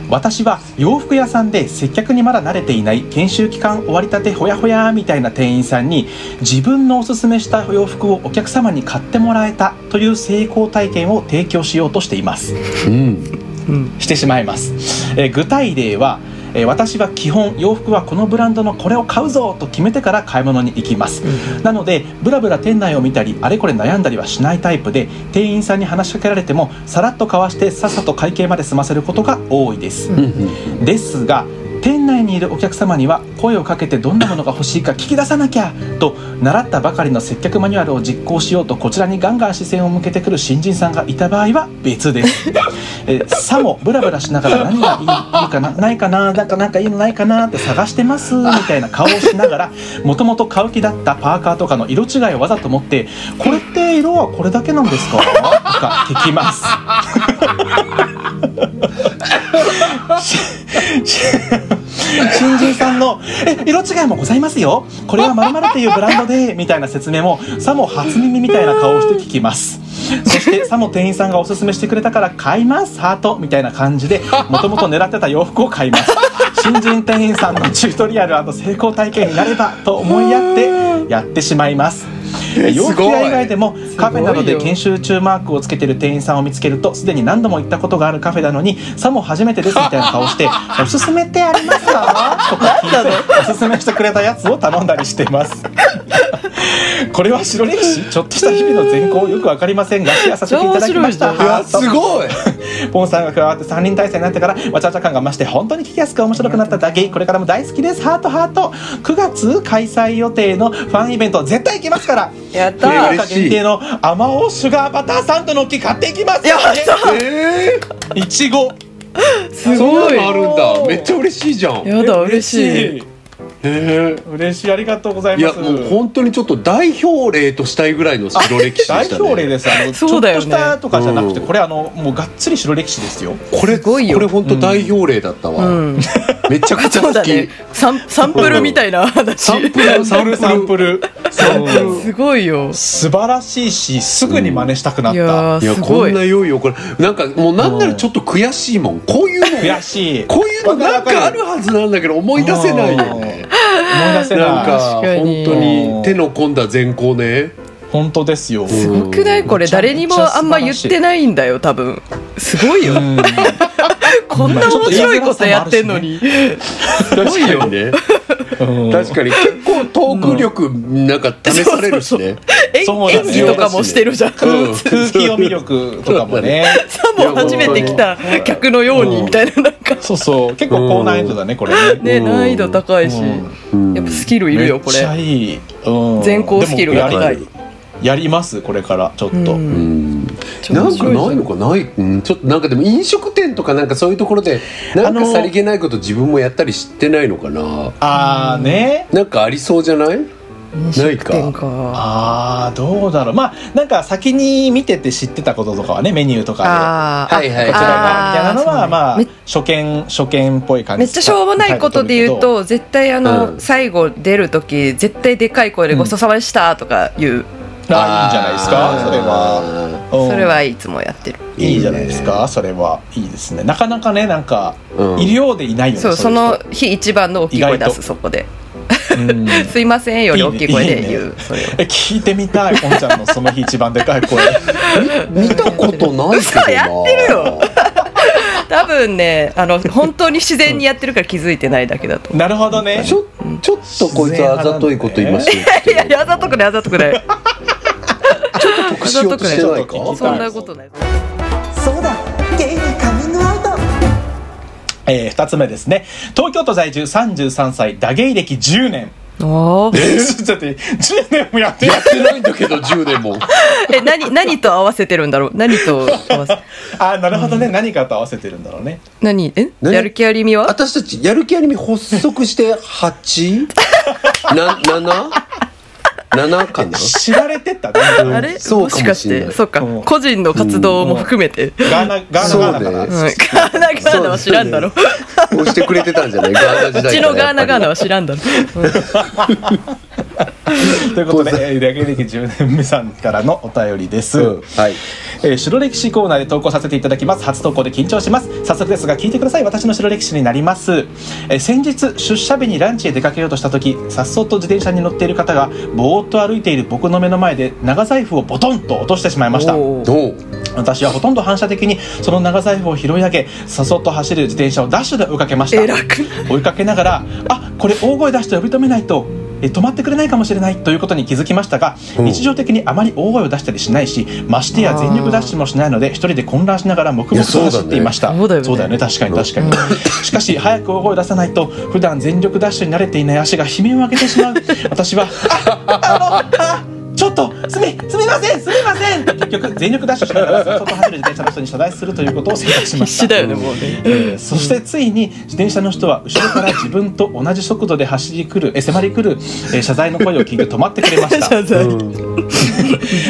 S1: 私は洋服屋さんで接客にまだ慣れていない研修期間終わりたてほやほやみたいな店員さんに自分のおすすめした洋服をお客様に買ってもらえたという成功体験を提供しようとしています
S2: うん。
S3: う、うん、
S1: してしまいます、えー具体例は、えー私は基本洋服はこのブランドのこれを買うぞと決めてから買い物に行きますなのでブラブラ店内を見たりあれこれ悩んだりはしないタイプで店員さんに話しかけられてもさらっとかわしてさっさと会計まで済ませることが多いです、
S2: うんうん。
S1: ですが店内にいるお客様には声をかけてどんなものが欲しいか聞き出さなきゃと習ったばかりの接客マニュアルを実行しようとこちらにガンガン視線を向けてくる新人さんがいた場合は別です。えーさもブラブラしながら何がいいいいかなないかななんかなんかいいのないかなって探してますみたいな顔をしながらもともと買う気だったパーカーとかの色違いをわざと持ってこれって色はこれだけなんですかとか聞きます。新人さんの「え色違いもございますよこれはまるっていうブランドで」みたいな説明もさも初耳みたいな顔をして聞きますそしてさも店員さんがおすすめしてくれたから買いますハートみたいな感じでもともと狙ってた洋服を買います新人店員さんのチュートリアル成功体験になればと思いやってやってしまいます
S2: え
S1: 洋服屋以
S2: すごい
S1: 外でもカフェなどで研修中マークをつけてる店員さんを見つけるとすでに何度も行ったことがあるカフェなのにさも初めてですみたいな顔
S3: *laughs*
S1: して「おすすめってありますか?」とか聞いておすすめしてくれたやつを頼んだりしてい
S3: *laughs*
S1: ます。これは白歴史ちょっとした日々の善行よくわかりませんがシェアさせていただきました
S3: 超面白い
S2: いやす
S1: い
S2: ごい。
S1: ポンさんが加わって3人体制になってからわちゃわちゃ感が増して本当に聞きやすく面白くなっただけこれからも大好きですハートハート9月開催予定のファンイベント絶対行きますから
S3: やっ
S1: 福
S2: ね
S3: た
S1: 岡限定のアマオシュガーバターサンドの木買ってきますよ、
S2: ええ
S1: いちご
S3: す
S2: そん
S3: ご
S2: ないのあるんだ。めっちゃ嬉しいじゃん。へ
S3: やだ嬉しい
S2: え。
S1: 嬉しいありがとうござい
S2: い
S1: ま
S2: や
S1: す
S2: もう本当にちょっと代表例としたいぐらいの白歴史で
S1: 代
S2: したね。
S1: 表例ですあの
S3: そうだよ
S1: ち
S3: ね
S1: ょっとしたとかじゃなくて
S2: うん
S1: これあのもうがっつり白歴史ですよ
S2: これ
S3: すごいよ
S2: これ本当代表例だった
S3: う
S2: わ。
S3: ん
S2: めちゃくち
S3: そ
S2: ゃ
S3: う
S2: 好
S3: だ
S2: き。
S3: ねサンサンプルみたいな話
S2: サンプルサンプル
S1: サンプル
S2: サンプル
S3: すごいよ
S1: 素晴らしいしすぐに真似したくないった、
S3: やー
S2: いや
S3: す
S2: こ
S3: ご
S2: んない良いよこれなんかもうなんならちょっと悔しいもんこういうの
S1: 悔しい
S2: こういうのなんかあるはずなんだけど思い出せないよね
S1: うん思い出せない
S2: なんか
S3: 確か
S2: 本
S3: に
S2: 当に手の込んだ善行ね
S1: 本当ですよ、
S3: すごくないこれ誰にもあんま言ってないんだよ多分すごいよ
S1: うん
S3: こんな面白いことやってんのに
S2: 確かにね
S1: うん
S2: 確かに結構トーク力なんか試されるしね
S3: え
S1: そうだ
S3: 演
S1: ね
S3: 技とかもしてるじゃんさ
S2: うん
S1: 空気読み力とかもね
S3: も *laughs* 初めて来た客のようにみたいななんか
S1: *laughs* そうそう結構高難易度だねこれね
S3: ね難易度高いし
S1: う
S2: うん
S3: やっぱスキルいるよこ
S1: めっちゃ
S3: れ
S1: いい、うん
S3: 全校スキルが
S1: でも
S3: 高
S1: や
S3: い
S1: りやりますこれからちょっと、
S3: うん
S2: うん
S3: ちょ
S2: なん
S3: 面
S2: か
S3: 白いじゃん
S2: ないのかない、うん、ちょっとなんかでも飲食店とかなんかそういうところでなん
S1: あ
S2: か
S1: の
S2: さりげないこと自分もやったりしてないのかな
S1: ああね
S2: なんかありそうじゃない
S3: 飲
S2: ない
S3: 食
S2: か
S3: 店か
S1: あーどうだろうまあなんか先に見てて知ってたこととかはねメニューとか
S3: あー
S2: はいは
S1: で
S2: い
S1: こちらがみたいなの
S3: あーそう
S1: は
S3: ね
S1: まあ
S3: め
S1: 初見初見っぽい感じ
S3: めっちゃしょうもないことで言うと絶対あの、
S2: うん
S3: 最後出る時絶対でかい声で「ごちそうさまでした」とか言う、
S1: あーいいんじゃないですかそれは、
S2: は
S1: うん
S3: それはいつもやってる、
S1: いいじゃないですかそれはいいですねなかなかねなんか
S2: うん
S1: いるようでいないよね
S3: そうそ
S1: い
S3: の日一番の大きい声出
S1: 意外と
S3: すそこで
S1: 人うん
S3: 「 *laughs* すいません」より大きい声で言う
S1: いいね
S3: それを
S1: え聞いてみたいポンちゃんのその日一番でかい
S2: *laughs*
S1: 声
S2: 見たことないけど
S3: 嘘
S2: な
S3: やってるよ多分ねあの本当に自然にやってるから気づいてないだけだと思
S1: なるほどね
S2: ちょちょっとこいつあざといこと言いますよ
S3: ういやいやあざとくないあざとく *laughs* ない
S2: 得しようとしてないか
S1: ちょっと
S3: そんなことない
S4: そうだゲイにカミングアウト
S1: えー、2つ目ですね東京都在住33歳打芸歴10年
S3: おー
S1: *laughs* ちょっと10年もやってる
S2: やってないんだけど10年も
S3: え何何と合わせてるんだろう何と合わせ
S1: あーなるほどね、何かと合わせてるんだろうね
S3: 何え
S2: 何
S3: やる気ありみは
S2: 私たちやる気アニメ発足して 8? な 7?7 かな
S1: 知られてたね
S3: あれ
S2: そう
S3: も
S2: か
S3: し
S2: も
S3: かし
S2: しれない
S3: てそうか
S1: うん
S3: 個人の活動も含めて
S1: ガーナガーナガーナかな
S2: そう
S3: う
S2: ね
S3: んガーナガーナは知らんだろう
S2: 押してくれてたんじゃないガーナ時代から
S3: うちのガーナガーナ
S2: やっ
S3: は知らんだろ
S1: ということで、えー、打芸歴10年目さんからのお便りです、
S2: ぱりうんはい
S1: えー白歴史コーナーで投稿させていただきます初投稿で緊張します早速ですが聞いてください私の白歴史になります、えー先日出社日にランチへ出かけようとした時さっそうと自転車に乗っている方がぼーっと歩いている僕の目の前で長財布をボトンと落としてしまいました
S3: おー
S2: どう
S1: 私はほとんど反射的にその長財布を拾い上げさっそうと走る自転車をダッシュで追いかけました
S3: 偉くない
S1: 追いかけながら「あこれ大声出して呼び止めないと」え止まってくれないかもしれないということに気づきましたが、
S2: うん
S1: 日常的にあまり大声を出したりしないしましてや全力ダッシュもしないので一人で混乱しながら黙
S2: い
S1: 々
S2: やそ
S1: と
S2: うだね
S1: 走っていました
S3: そうだよね
S1: 確かに確かに、しかし早く大声を出さないと普段全力ダッシュに慣れていない足が悲鳴を上げてしまう私はああのあちょっとすみすみませんすみませんと結局全力ダッシュしながら外走る自転車の人に謝罪するということを選択しま
S3: 必
S1: した
S3: 死だよねもうね
S1: えーそしてついに自転車の人は後ろから自分と同じ速度で走り来るえー迫り来る、えー謝罪の声を聞いて止まってくれまし
S3: *laughs*
S1: た
S3: 謝罪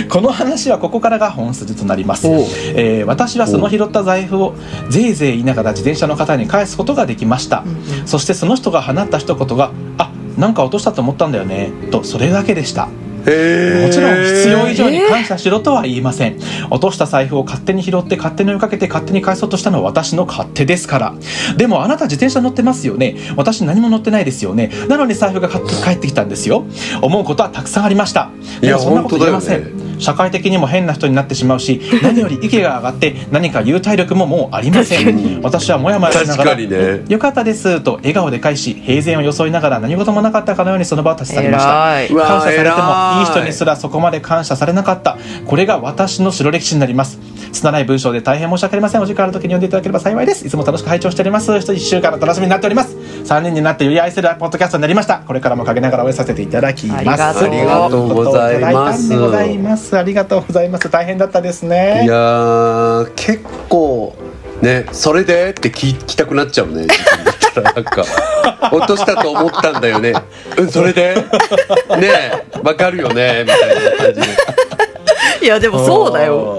S1: この話はここからが本筋となります
S2: おう、
S1: えー私はその拾った財布をぜいぜい言いながら自転車の方に返すことができました、そしてその人が放った一言が「あなんか落としたと思ったんだよね」とそれだけでした
S2: へー
S1: もちろん必要以上に感謝しろとは言いません、落とした財布を勝手に拾って勝手に追いかけて勝手に返そうとしたのは私の勝手ですからでもあなた自転車乗ってますよね私何も乗ってないですよねなのに財布が買って帰ってきたんですよ思うことはたくさんありました
S2: い
S1: で
S2: や
S1: もそんなこと言えませ
S2: 本当だよ
S1: ん社会的にも変な人になってしまうし何より意見が上がって何か言う体力ももうありませ
S2: 確かに
S1: ん私はもやもやしな
S2: 確
S1: が
S2: からにね
S1: よかったですと笑顔で返し平然を装いながら何事もなかったかのようにその場を立ち去りました
S3: 偉いう
S2: わ
S1: 感謝されても
S2: 偉い
S1: いい人にすらそこまで感謝されなかったこれが私の白歴史になります拙い文章で大変申し訳ありませんお時間ある時に読んでいただければ幸いですいつも楽しく拝聴しております一週間の楽しみになっております3人になってより愛せるポッドキャストになりましたこれからも陰ながら応援させていただきます
S3: ありがとう
S1: いただいたんでございますありがとうございます大変だったですね
S2: いやー結構ねそれでって聞きたくなっちゃうねなんか落としたと思ったんだよねうんそれでねえわかるよねみたいな感じ
S3: いやでもそうだよ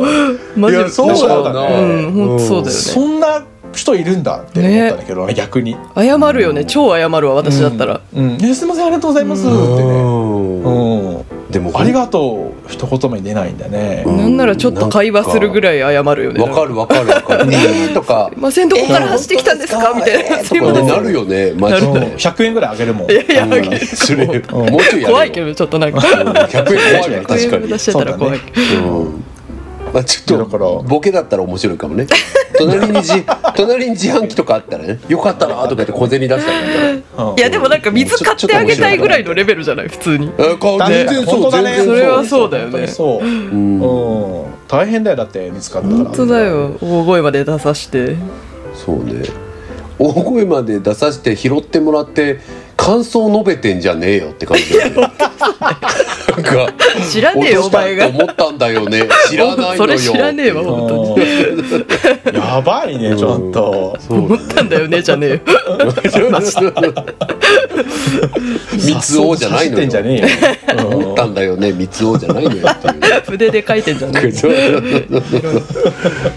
S3: マ
S2: で
S3: ジ
S2: い
S3: で
S2: やそうだ
S1: な
S2: な、
S1: んか
S3: うん本当そうだよね
S1: そんな人いるんだって思ったんだけど、ね、逆に
S3: 謝るよね超謝るわ私だったら、
S1: うん、ねすいませんありがとうございますってね
S2: うん
S1: うん
S2: でも
S1: ありがとう一言目に出ないんだね、
S2: うん
S3: なんならちょっと会話するぐらい謝るよね
S2: わかるわかるわかるえーとか
S3: ませんどこから走ってきたんですかみたいなそういう
S2: と
S3: こ
S2: か
S3: とで
S2: にな
S3: す
S2: るよねマジ
S1: うん
S2: で
S1: 100円ぐらいあげるもん
S3: いやいや
S2: うんするもうちょいやるよ
S3: 怖いけどちょっとなんか
S2: うん100円怖いわ確
S3: 声
S2: か
S3: を
S2: に
S3: 出してたら怖い
S1: そ
S2: うんまあ、ちょっ
S1: だから
S2: とボケだったら面白いか *laughs* もね隣にじ隣に自販機とかあったらねよかったなとかって小銭出したらね
S1: うん
S3: いやでもなんか水買ってあげたいぐらいのレベルじゃない普通に
S2: えーか
S1: ね
S2: 全然そ
S1: 本
S2: う
S1: 当だ
S2: 全
S1: ね
S2: 然
S3: それはそうだよね
S1: 本当にそう、うん
S2: うん
S1: 大変だよだって見つかったから
S3: 本当だよ大声まで出さして
S2: そうね大声まで出させて拾ってもらって感想述べてんじゃねえよって感じだよねなんか
S3: 知らねえよ
S2: 落としたって思ったんだよね知らないのよ
S3: それ知らねえわ本当に
S1: うんやばいねちょっと
S2: そう
S3: 思ったんだよねじゃね
S2: *laughs*
S3: えよ
S2: 三つ王じゃない
S1: 刺し
S2: の
S1: てんじゃ
S2: よ
S1: ねえよ
S2: 思ったんだよね三つ王じゃないのよっていう
S3: 筆で書いてんじゃねえよ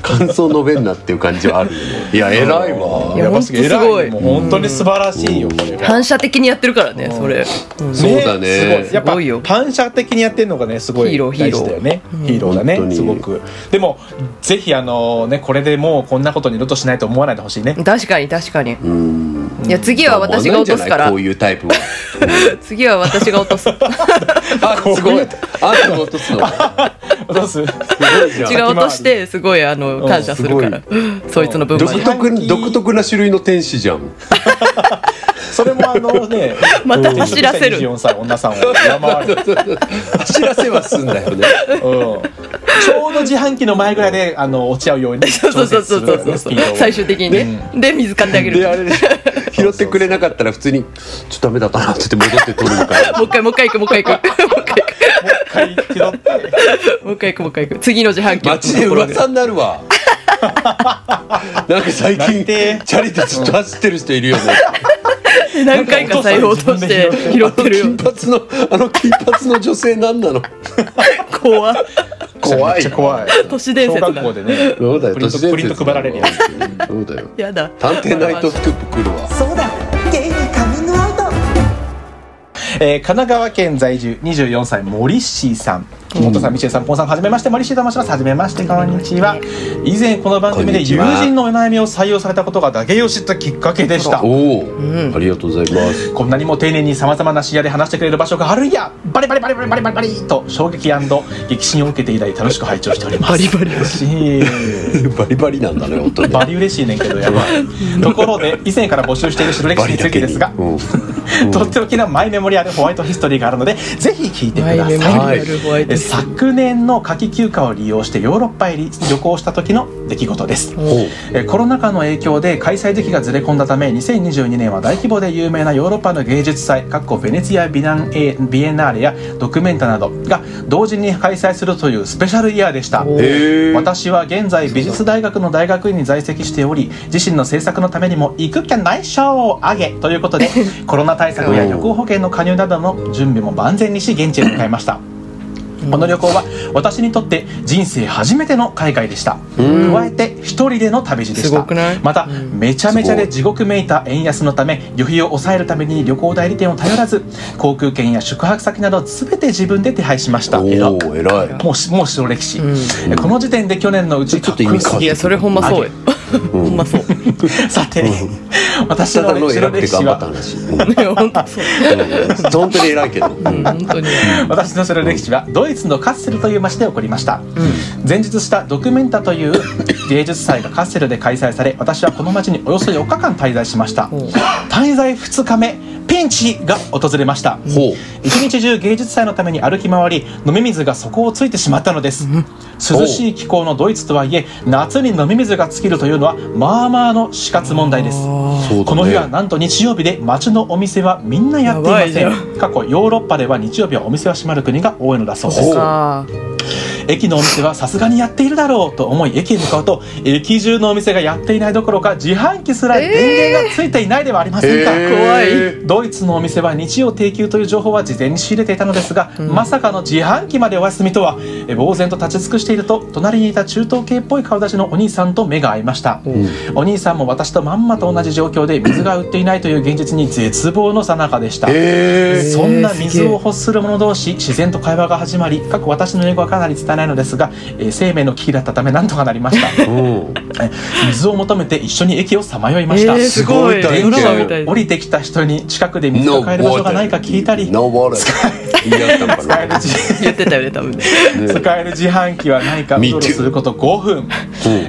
S2: 感想述べんなっていう感じはあるよねいや偉いわ
S1: いや
S3: ほんと
S1: すげえ偉
S3: すご
S1: い
S3: い
S1: もう本当に素晴らしいよこれは
S3: 反射的にやってるからねそれうん
S2: そうだね
S1: すごいやっ
S3: すごいよ
S1: ぱ反射的にやってるのがねすごい
S3: ヒーローヒー
S1: 大
S3: ロー
S1: 事だよねヒーローだね
S2: 本当に
S1: すごくでもぜひあのねこれでもうこんなこと二度としないと思わないでほしい
S3: *laughs*
S1: ね
S3: 確かに確かに
S2: うん
S3: いや次は私が落とすから
S2: こういうタイプは
S3: 次は私が落 *laughs* とす
S2: あすごいあんたが落とすのす
S1: どうする
S2: ごいじゃん
S3: 違う落としてすごいあの感謝するからそいつの分ま
S2: 独
S3: で
S1: どこ
S2: 特独特な種類の天使じゃん
S1: それもあのね
S3: また *laughs* 走らせる
S1: 24歳女さんを上回る、
S2: 走らせはすんだよね
S1: うん、ちょうど自販機の前ぐらいであの落ち合うように
S3: *laughs* そうそうそうそ
S1: 調
S3: うそう
S1: 整
S3: そ
S1: す
S3: う
S1: るよねスピードを
S3: 最終的にねで水買ってあげ
S2: であ
S3: る
S2: れでしょ拾ってくれなかったら普通に「ちょっとダメだったな」って言って戻って取るのから
S3: もう一回もう一回行くもう一回行くもう一回
S1: 一
S3: 行
S1: 回拾って
S3: くもう一回行くもう一回行く次の自販機の
S2: 街で
S3: ところで
S2: 噂になるわなんか最
S1: 泣
S2: 近
S1: いて
S2: チャリでずっと走ってる人いるよね
S3: 何回か財布落として拾ってるよ
S2: 金髪のあの金髪の女性なんなの
S3: 怖っ
S2: 怖い
S1: めっちゃ怖い
S3: 都市伝
S1: 小
S3: 説
S1: 学
S3: だ
S1: 校でね
S2: そうだよ
S1: プリント
S2: 都市伝説
S1: プリント配られるよ
S2: そうだよ
S3: やだ
S2: 探偵ナイトスクープ来るわ
S4: そうだゲイにカミングアウト
S1: えー神奈川県在住24歳モリッシーさん本田さん、ミシェルさん、ポンさん、はじめまして、モリッシーと申します。はじめまして、こんにちは。以前、この番組
S2: こん
S1: で
S2: に
S1: 友
S2: ちは
S1: 人のお悩みを採用されたことが、ダゲイを知ったきっかけでした
S2: お。おー、ありがとうございます
S1: こんなにも丁寧にさまざまな視野で話してくれる場所があるんやバリバリバリバリバリバリバリと衝撃激震を受けて以来楽しく拝聴しておりますバリバリ嬉しい
S2: バリバリなんだね本当に
S1: バリ嬉しいねんけどやばいところで以前から募集している白歴史についてですが、
S2: うん
S1: とっておきのマイメモリアルホワイトヒストリーがあるのでぜひ聞いてくだ
S3: マイメモ
S1: さい
S2: はい
S3: リアルホワイト
S1: え
S3: ス
S1: 昨年の夏季休暇を利用してヨーロッパへり旅行した時の出来事です
S2: ほう
S1: えコロナ禍の影響で開催時期がずれ込んだため2022年は大規模で有名なヨーロッパの芸術祭かっこベネツィア美男エビエンナーレやドキュメンタなどが同時に開催するというスペシャルイヤーでした
S2: へえ
S1: 私は現在美術大学の大学院に在籍しており自身の制作のためにも行くきゃない賞をあげということでコロナ対策や旅行保険の加入などの準備も万全にし現地へ向かいましたこの旅行は私にとって人生初めての海外でした
S2: うん
S1: 加えて一人での旅路でし
S3: すごくな
S1: た
S3: い
S1: また
S3: うん
S1: めちゃめちゃ
S2: す
S1: で
S2: ごい
S1: 地獄めいた円安のため旅費を抑えるために旅行代理店を頼らず航空券や宿泊先など全て自分で手配しました
S2: お
S1: 偉
S2: お偉い
S1: もうしもう白歴史、
S3: うん
S1: えこの時点で去年のうち
S2: ちょっと意味変わっ
S3: い
S2: て
S3: やそれほんまそうよほんまそう
S1: *laughs* さて、私
S2: た
S1: の
S2: だの
S1: 白
S2: 偉くて
S1: 歴
S2: 頑
S1: 史
S2: 張った
S1: は
S2: 話
S3: *laughs* いや本当そう
S2: うん本当に偉いけど、うん
S3: 本当に
S1: 私の白歴史はドイツのカッセルという町で起こりました、前日したドキュメンタという
S2: *coughs*
S1: 芸術祭がカッセルで開催され私はこの町におよそ4日間滞在しました
S3: おう
S1: 滞在2日目ピンチが訪れました
S2: ほう
S1: 一日中芸術祭のために歩き回り飲み水が底をついてしまったのです涼しい気候のドイツとはいえ夏に飲み水が尽きるというのはまあまあの死活問題です
S2: そうだね
S1: この日はなんと日曜日で街のお店はみんなやっていませ
S3: やばい
S1: ん過去ヨーロッパでは日曜日はお店は閉まる国が多いのだそうで
S2: ほ
S1: す
S2: う
S3: あ
S1: 駅のお店はさすがにやっているだろうと思い駅へ向かうと駅中のお店がやっていないどころか自販機すら電源がついていないではありませんか、
S2: えー
S3: 怖
S2: い
S1: ドイツのお店は日曜定休という情報は事前に仕入れていたのですが、まさかの自販機までお休みとはえ呆然と立ち尽くしていると隣にいた中東系っぽい顔立ちのお兄さんと目が合いました、お兄さんも私とまんまと同じ状況で水が売っていないという現実に絶望の最中でした、
S2: え
S1: そんな水を欲する者同士自然と会話が始まり過去私の英語はかなり伝えないのですが、えー生命の危機だったためなんとかなりました
S2: *laughs* ーうん、
S1: え水を求めて一緒に駅をさまよいました、
S3: えー
S2: すごい体
S1: 電
S2: 験
S1: 車
S3: みたい
S1: を降りてきた人に近くで水が買える場所がないか聞いたり
S2: No
S1: *laughs*
S2: water 言い合ったのか
S1: 使える
S2: な
S1: 自
S3: あ言ってたよね多分ね
S2: ね
S1: 使える自販機はないかう
S2: Me
S1: ろうろすること5分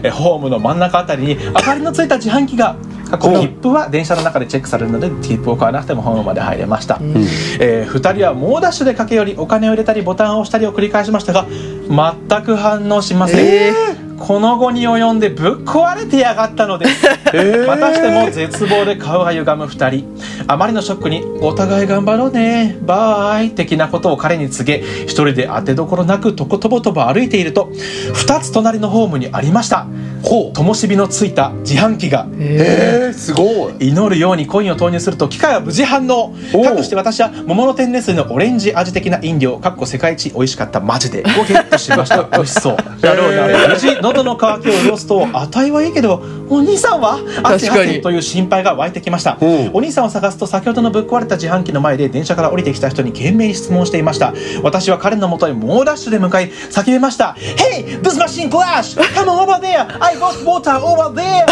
S1: えホームの真ん中あたりに明かりのついた自販機が過去切符は電車の中でチェックされるので切符を買わなくてもホームまで入れました、え2人は猛ダッシュで駆け寄りお金を入れたりボタンを押したりを繰り返しましたが全く反応しません、この後に及んでぶっ壊れてやがったのです、またしても絶望で顔が歪む2人あまりのショックに「お互い頑張ろうねバイ」的なことを彼に告げ一人で当てどころなくとことぼとぼ歩いていると2つ隣のホームにありました
S2: ほう
S1: 灯火のついた自販機が
S2: えー、すごい
S1: 祈るようにコインを投入すると機械は無事反応
S2: おう
S1: かくして私は桃の天然水のオレンジ味的な飲料かっこ世界一美味しかったマジでをゲットしました
S2: *laughs*
S1: 美味しそう
S2: なるほどなるほど
S1: 無事喉の渇きを潤すと値はいいけどお兄さんは
S2: 確かに
S1: 汗という心配が湧いてきました
S2: うん
S1: お兄さんを探すと先ほどのぶっ壊れた自販機の前で電車から降りてきた人に懸命に質問していました私は彼のもとへ猛ダッシュで向かい叫びました「Hey! This machine crash! Come on over there! I got water over there! 」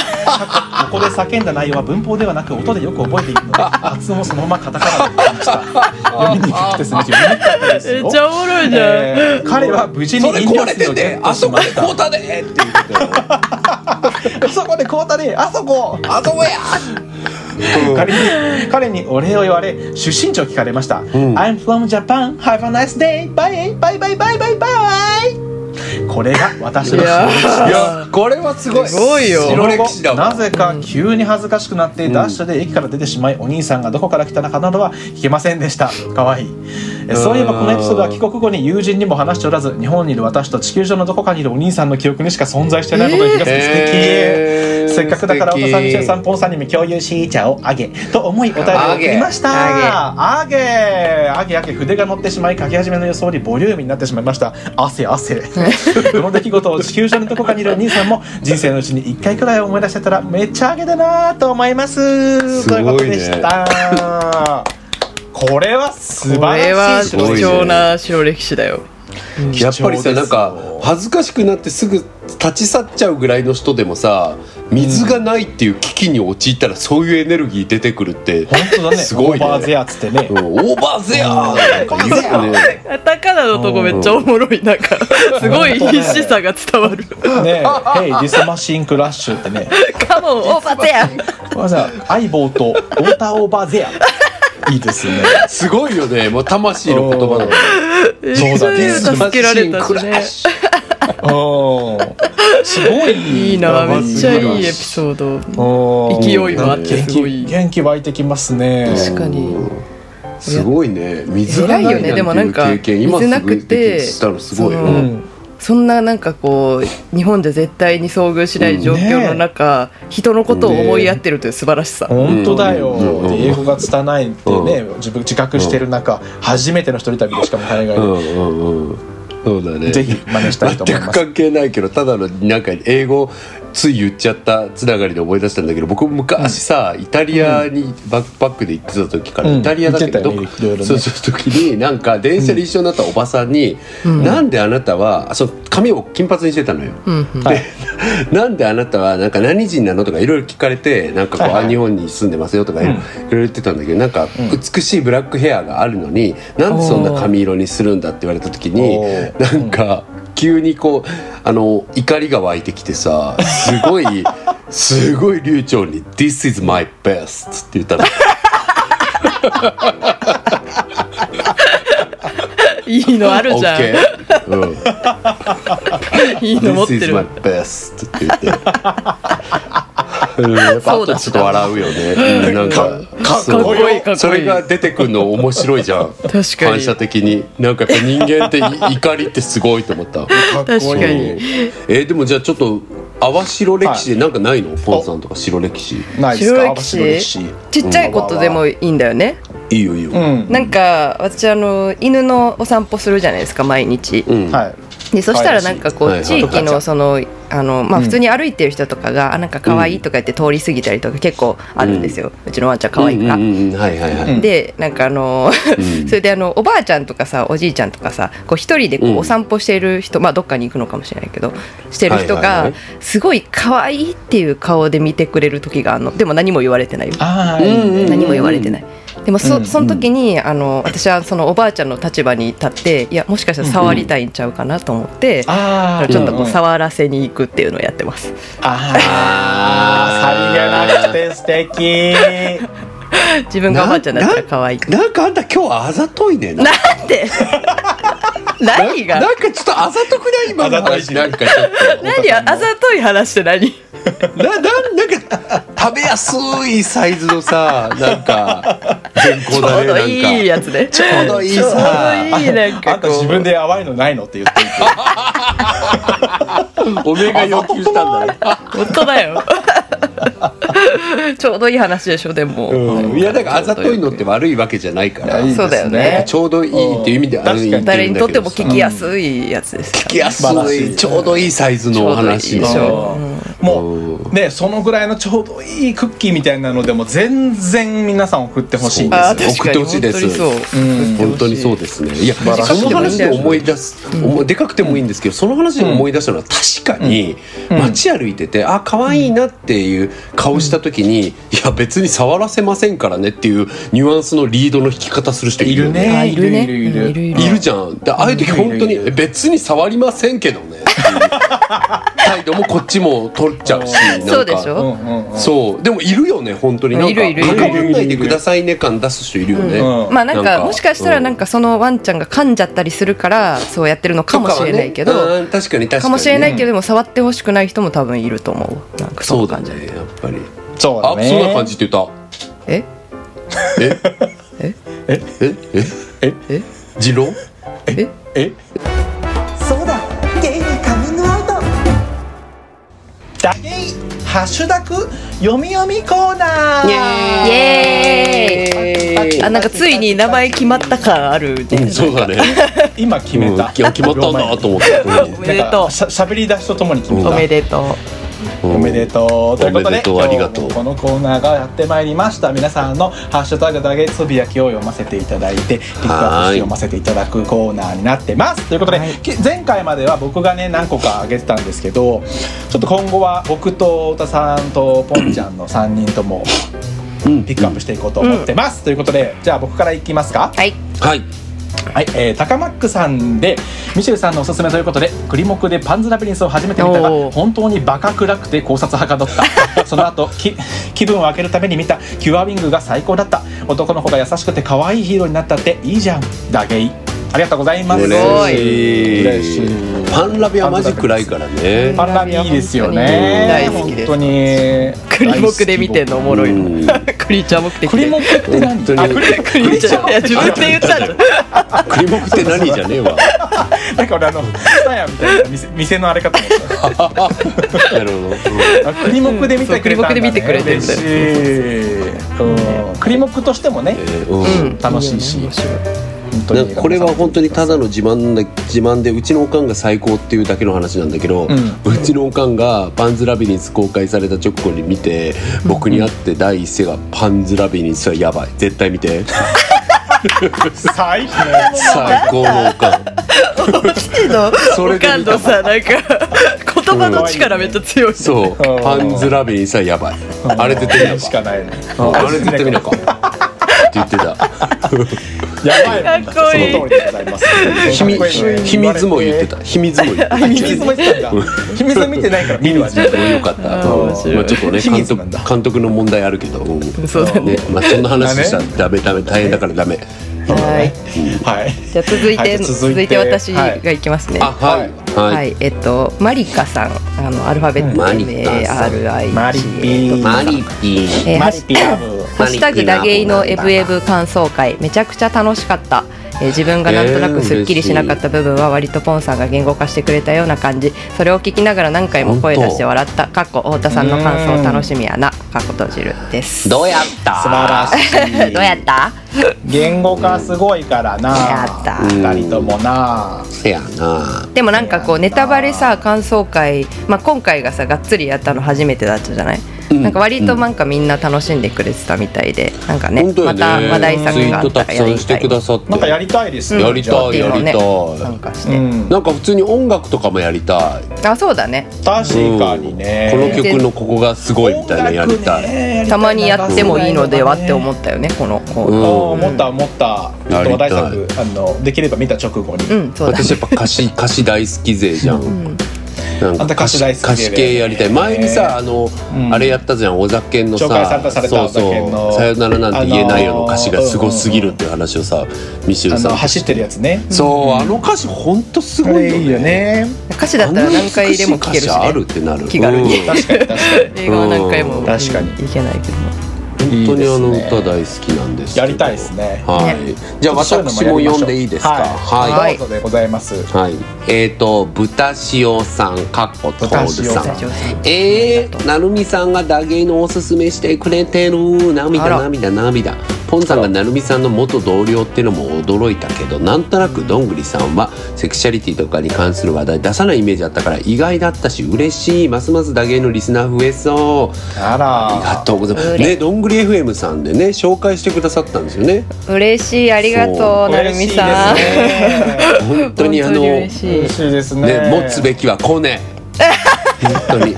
S1: ここで叫んだ内容は文法ではなく音でよく覚えているので発音をそのままカタカナで書きました読みにくくてすみません読みにくかったですよ
S3: めっちゃおもろいじゃん
S1: えー彼は無事に
S2: それ
S1: 飲料
S2: 壊れ
S1: 水
S2: て
S1: をゲ
S2: て
S1: ット
S2: あ
S1: し
S2: そこ
S1: ま
S2: で
S1: した
S2: こうだねっていうことよ
S1: あそこでこうたねあそこ
S2: あそこや
S1: 彼に彼にお礼を言われ出身地を聞かれました、I'm from Japan Have a nice day Bye Bye Bye Bye Bye Bye これが私の
S3: いやー
S2: いやこれはすごい
S3: すごいよ
S2: 白歴史だわ
S1: なぜか急に恥ずかしくなって、ダッシュで駅から出てしまいお兄さんがどこから来たのかなどは聞けませんでしたかわいいえそういえばこのエピソードは帰国後に友人にも話しておらず日本にいる私と地球上のどこかにいるお兄さんの記憶にしか存在してないことに気がつき、
S2: えー
S1: 素敵せっかくだから
S2: 素
S1: 太
S2: 敵
S1: 田さん千恵さんポンさんにも共有しちゃおうあげと思いお便りを送りましたあげあげあげ筆が乗ってしまい書き始めの予想にボリューミーになってしまいました汗汗この出来事を地球上のどこかにいるお兄さんも人生のうちに1回くらい思い出してたらめっちゃあげだなと思います
S2: すごい
S1: というこ
S2: ね
S1: とでしたこれは素
S3: これ
S1: 晴
S3: は
S1: らしい
S3: 貴
S2: これは
S3: 重な白歴史だよ
S2: やっぱりさなんか恥ずかしくなってすぐ立ち去っちゃうぐらいの人でもさ水がないっていう危機に陥ったらそういうエネルギー出てくるって
S1: 本当だね
S2: すごいね
S1: オーバーゼアっつってね
S2: うんオーバーゼアーとか言うよ
S1: *laughs*
S2: ね
S3: カタカナのとこめっちゃおもろいなんかすごい必死さが伝わる
S1: ねえ「Hey this machine crash」ってね
S3: カモンオーバーテア
S1: わざ相棒とウォーターオーバー
S2: *laughs*
S1: ゼアいいですね
S2: すごいよねもう魂の言葉だ
S1: そうだね
S3: 助けられたしね
S1: うんすごい
S3: いいなめ
S2: ば
S3: っ
S2: すぎる
S3: ちゃいいエピソード
S1: うん
S3: 勢いもあって
S1: 元
S3: すご
S1: 気
S3: い
S1: 元気湧いてきますね
S3: 確かに
S2: すごいね水が
S3: 偉い
S2: な
S3: よ
S2: い
S3: ねでも
S2: な
S3: なんん
S2: てい
S3: か
S2: う経験今
S3: 水なくて
S2: すごいできたのすごいよ
S3: その
S1: うん
S3: そんななんかこう日本で絶対に遭遇しない状況の中、人のことを思いやってるという素晴らしさ、
S1: 本当だよ、
S2: うん
S1: で英語が拙いってね、自分自覚してる中、初めての一人旅でしかも海外
S2: う
S1: に、
S2: んうんうんそうだね
S1: ぜひ真似したいと思い
S2: 全
S1: ま
S2: く
S1: す
S2: 関係ないけどただのなんか英語つい言っちゃったつながりで思い出したんだけど僕昔さ、イタリアにバックパックで行ってた時から、
S1: うん
S2: イタリアだけど、
S1: 言ってたよねいろいろね
S2: そうそう時になんか電車で一緒になったおばさんに「なんであなたはあそう髪を金髪にしてたのよ」
S3: うんうん
S1: はい
S2: *laughs* なんであなたはなんか何人なのとかいろいろ聞かれてなんかこう、
S1: はいはい
S2: あ日本に住んでますよとかいろいろ言ってたんだけど、なんか美しいブラックヘアがあるのになんでそんな髪色にするんだって言われた時に
S1: おー
S2: なんか急にこうあの怒りが湧いてきてさすごいすごい流暢に「This is my best」って言ったの。
S3: いいのあるじゃん、
S2: OK うん
S3: *laughs* いいの持って
S2: This is
S3: る
S2: my best って
S3: *laughs*
S2: 言って。うんやっぱ
S3: そうだ
S2: 後ちょっと笑うよね。うんなんか
S1: か
S2: そう
S1: かっこいい
S3: かっこいい
S2: それが出てくるの面白いじゃん。確
S3: かに
S2: 反射的になんかやっぱ人間ってい怒りってすごいと思った。
S1: 確
S3: 確か
S2: うん
S3: に
S2: えーでもじゃあちょっと泡白歴史でなんかないの？ポンさんとか白歴史。
S1: ないです
S3: 白
S1: か
S3: 歴史
S1: 白歴史
S3: ちっちゃいことでもいいんだよね、
S2: いいよいいよ。
S1: うん
S3: なんか私あの犬のお散歩するじゃないですか毎日、
S2: うん。
S1: はい
S3: でそしたらなんかこ
S2: はいう
S3: 地域のそのあのまあ
S1: うん
S3: 普通に歩いてる人とかが「あなんか可愛いとか言って通り過ぎたりとか結構あるんですよ、うちのワンちゃん可愛いから
S2: うん。うんうんはいはいはい。
S3: でなんかあの
S2: う
S3: *laughs*
S2: ん
S3: それであのおばあちゃんとかさおじいちゃんとかさこう一人でこ
S2: うん
S3: うお散歩している人、まあどっかに行くのかもしれないけどしてる人
S2: はいは
S3: が
S2: いはい
S3: すごい可愛いっていう顔で見てくれる時があるのでも何も言われてないよ
S1: ああ、
S2: うんうん
S3: 何も言われてない。でも
S1: う
S3: そ
S1: ん
S3: その時にあの私はそのおばあちゃんの立場に立っていやもしかしたら触りたいんちゃうかなと思って、
S1: ああ
S3: ちょっとこう
S1: さ
S3: 触らせに行くっていうのをやってます。
S1: あーさりげなく
S2: *laughs*
S1: て素敵
S3: 自分がおばあちゃんだったら可愛い。 *laughs*
S2: なんかあんた今日はあざといね。
S3: なんで何が
S2: なんかちょっとあざとくない今の話
S1: あ
S2: な
S1: ざ
S2: んかちょっと
S3: 何ああざとい話って何
S2: なななんか食べやすいサイズのさなんか健康
S3: ちょ
S2: だ
S3: う
S2: ね
S3: どいい
S2: なん
S3: や
S2: か
S3: つね
S2: ちょうどいい
S3: ちょうど
S2: さ
S3: いいなん
S1: あ
S3: か
S1: ん
S3: こ
S1: た
S3: う
S1: 自分で淡いのないのって言って
S2: おめえが要求したんだね
S3: 本当だよ *laughs* ちょうどいい話でしょでも、
S2: うんいやだからあざといのって悪いわけじゃないから
S1: いいですね
S3: そうだよ
S2: なんか
S3: ね
S2: ちょうどいいっていう意味であの
S1: うん
S2: 言って
S3: 誰
S2: る
S3: に
S2: んだ
S3: とっ
S2: け
S3: て
S2: ど
S3: も
S2: さ
S3: 聞きやすいやつです
S2: 聞
S3: か
S2: きやす
S1: 素晴らし
S2: い
S1: い
S2: ちょうどいいサイズのお話
S3: ちょうどいいでしょ
S1: うんもうねそのぐらいのちょうどいいクッキーみたいなのでも全然皆さん送ってほしいです
S3: あー確
S2: 送
S3: か
S2: って
S3: に
S2: ほしいです
S3: 本当にそう、
S2: 本当にそうですねいやそ
S1: 晴らしい
S2: の話で思い出す、思いでかくてもいいんですけどその話で思い出したのは確かに街歩いててあ可愛いなっていう顔した時にいや別に触らせませんからねっていうニュアンスのリードの引き方する人い
S1: い
S2: るよ
S1: る
S2: ね。
S1: ね
S3: あいるね
S1: いるいるいる
S3: いる
S2: いるじゃんでああいう時本当にえ別に触りませんけどねっていう態度もこっちも取っちゃうしなんか
S3: そうでしょ
S1: うんうんうん
S2: そうでもいるよね本当になん
S3: い
S2: か
S3: るいるいる
S2: 関わんないでくださいね感出す人いるよね、
S1: うん
S3: まあなん
S2: なん
S3: か
S2: か
S3: もしかしたらなんかそのワンちゃんが噛んじゃったりするからそうやってるのかもしれないけど
S2: とかは
S3: か,、
S2: ねうん確かに確かに
S3: もしれないけどでも触ってほしくない人も多分いると思うなんかそん
S2: そう
S3: な
S2: だ
S3: 感じ
S2: ねやっぱり
S1: そうだ
S2: あ
S1: ね
S2: そんな感じって言った
S3: え
S2: え
S3: え
S1: え
S2: ええ
S1: え
S3: え
S2: 次郎
S3: え
S1: え
S4: そうだゲイにカミングアウト
S1: ダゲイハッシュタグ読み読みコーナー
S3: イエーイあなんかついに名前決まった感ある
S2: う
S3: ね
S2: んそうだね
S1: 今決め
S2: う
S1: た
S2: んいや決まったんだと思って
S3: おめでとう
S1: しゃしゃべり出しとともに決めた
S3: おめでと
S2: うん
S1: おめでとうということで
S2: おめでとうありがとう
S1: 今日もこのコーナーがやってまいりました皆さんの「ハッシュタグだけつぶやき」を読ませていただいてリクアップして読ませていただくコーナーになってますということで、き前回までは僕がね何個かあげてたんですけどちょっと今後は僕と太田さんとポンちゃんの3人とも
S2: うん
S1: ピックアップしていこうと思ってます、ということでじゃあ僕からいきますか
S3: はい
S2: はい
S1: はい、えー、タカマックさんでミシェルさんのおすすめということでクリモクでパンズラビリンスを初めて見たが
S3: おー
S1: 本当にバカ暗くて考察はかどった
S3: *laughs*
S1: その後き気分を上げるために見たキュアウィングが最高だった男の子が優しくて可愛いヒーローになったっていいじゃんダゲイありがとうございます
S2: 嬉
S3: ごい
S2: し
S1: 嬉しい
S2: いパンラビはマジ暗いからね
S1: パンラビいいですよね
S3: 大好きです
S1: 本当に
S3: クリモクで見てんのおもろい
S2: うん
S3: のクリーチャー目的で
S1: クリモクって何
S2: 本当に
S1: あクリ
S3: クリーチャーいや自分で言ったんじゃん
S2: クリモクって何じゃねえわ
S1: なんか俺あのスタヤみたいな店店のあれかと思った
S2: なるほどうん
S1: あクリモクで見てくれたんだ、ね、
S3: うんそうクリモクで見てくれてる
S1: 嬉しい、うん、クリモクとしてもね
S2: えーうん
S3: うん
S1: 楽しいし
S3: 面白
S1: 本当
S2: なん
S1: に
S2: かこれは本当にただの自慢で自慢でうちのおかんが最高っていうだけの話なんだけど、
S1: う
S2: うんちのおかんが「パンズラビリンス」公開された直後に見て僕に会って第一声が「パンズラビリンスはやばい絶対見て
S1: 最高
S2: 最高のおかん」
S3: い父の
S2: それ
S3: お
S2: で
S3: かん
S2: 見た
S3: のさなんか言葉の力めっちゃ強い
S2: そう
S1: あー
S2: 「パンズラビリンスはやばい」あれ絶対見なあ
S1: しか
S2: か
S1: ないね
S2: んあれ絶対見なあかんって言ってた
S1: やばいもんだ
S3: かっこいい
S1: その通りでございます
S2: 秘密秘密も言ってた秘密も言ってた
S1: 秘密も言ってたんだ秘密見てないから見るわ
S2: すごいよかった。
S1: うん
S2: まあちょっとね
S1: 秘
S2: 監
S1: 密なんだ
S2: 督監督の問題あるけど、うん
S3: そうだね
S2: ね、まあそんな話したらダメダメ大変だからダメ。
S3: はい
S1: はい
S3: じゃあ続い
S1: はい
S3: て
S1: じゃあ
S3: 続いて私
S1: は
S3: が
S1: い
S3: いきますね
S2: あはい
S3: はい、
S2: はい。
S3: えっとマリカさんあのアルファベット
S2: マ
S3: で
S2: リカさん
S3: MARICA
S1: マリピー
S2: マリピー。
S3: えー
S1: マリピラブ
S3: ハッシュタグダゲイのエブエブ感想会めちゃくちゃ楽しかった、えー自分がなんとなくすっきりしなかった部分は割とポンさんが言語化してくれたような感じそれを聞きながら何回も声出して笑ったかっこ太田さんの感想を楽しみやなかっこ閉じるです
S2: どうやった。
S1: 素晴らしい
S3: どうやった
S1: 言語化すごいからな
S3: やった
S1: 二人ともな
S2: せやな。
S3: でもなんかこう
S1: いや
S3: ネタバレさ感想会、まあ、今回がさがっつりやったの初めてだったじゃない、
S2: うん
S3: なんか割となんかみんな楽しんでくれてたみたいでなんかね
S2: 本当よ
S3: ま
S2: ね。
S3: た話題作があったら
S2: ツイートたくさ
S3: や
S2: ん
S3: り
S2: して
S3: たい
S2: くださって。
S1: なんかやりたいですね
S2: やりたい
S1: じゃ
S2: やりたい。
S3: 参加し
S1: あう
S3: て、
S1: ん
S2: なんか普通に音楽とかもやりたい。
S3: あそうだね
S1: 確かにね
S2: この曲のここがすごいみたいなのやりたい。
S1: い
S3: たまにやってもいいのではって思
S1: っ
S3: ったよねこのこ
S2: う
S3: う、
S1: た
S2: ん
S1: 思った思ったちょっと話題
S2: や
S1: 作あのできれば見た直後に
S3: うんそうだね
S2: 私やっぱ歌詞歌詞大好き勢じゃん。
S3: うん
S2: なんか
S1: あんた歌手大好きで
S2: 歌詞系やりたい前にさあの、
S1: うん
S2: あれやったじゃんお酒のさ
S1: 紹介されたされた
S2: そうそ
S1: お酒の
S2: う「さよならなんて言えないよ」の歌詞がすごすぎる
S1: あのー
S2: っていう話をさミシュ
S1: あ
S2: ルさ
S1: の
S2: ん
S1: 走ってるやつね
S2: そうあの歌詞ほんとす
S1: こ
S2: ごい
S1: れ
S2: よ
S1: いいよ
S2: ね
S1: ね
S3: 歌詞だったら何回でも聴けるし、
S2: あんな難しい歌詞ある
S3: ね
S2: っ、てなる
S3: 気軽に
S2: うん
S1: 確かに確かに
S3: 映画は何回も
S1: 確かに
S3: いけないけども
S2: 本当にあの
S1: いいですね
S2: 歌大好きなんですけど
S1: やりたいですね
S2: はいじゃあ
S1: そういうのも
S2: 私
S1: や
S2: も
S1: りましょう
S2: 読んでいいですか
S1: はい、
S2: はい
S1: どうぞでございます
S2: はい、えー、と豚塩さんかっこトールさ
S1: 豚塩
S2: ん
S1: さん
S2: えー、なるみさんが打芸のおすすめしてくれてる
S3: あ
S2: 涙
S3: ら
S2: 涙涙ポンさんがなるみさんの元同僚ってのも驚いたけどなんとなくどんぐりさんはセクシャリティとかに関する話題出さないイメージあったから意外だったし嬉しいますます打芸のリスナー増えそう
S1: あ
S2: あ
S1: ら
S2: りがとうございます
S3: 嬉しい
S2: ねどんぐり FM さんでね紹介してくださったんですよね
S3: 嬉しいありがとうなるみさん、
S1: 嬉しいですね
S2: 本当にあのね
S3: 嬉しい
S1: 嬉しいですね
S2: 持つべきはコネ本当に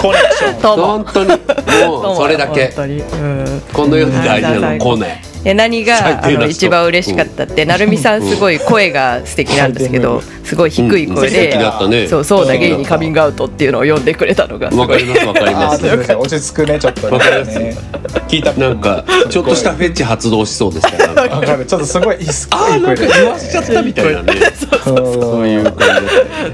S1: コネクション
S3: どうも
S2: 本当にもうそれだけ
S3: 本当にうん
S2: この世に大事なのコネ
S3: え何
S2: 最
S3: が
S2: 低な
S3: あ
S2: 人
S3: の一番嬉しかったって、なるみさんすごい声が素敵なんですけど、すごい低い声
S2: 素敵
S3: で
S2: だった
S3: 「
S2: ね
S3: そうそうだゲイにカミングアウト」っていうのを読んでくれたのがすご
S2: わ
S3: い
S2: かりますわかり
S1: あ
S2: ま
S1: ーそうですすね落ち着くねちょっと
S2: わかります
S1: ね聞いた
S2: なんかちょっとしたフェチ発動しそうですからなんか
S1: わかるちょっとすごいいいっす
S2: *laughs* ああなんか言わ
S1: し
S2: しちゃったみたいなね
S1: そ
S2: そういう感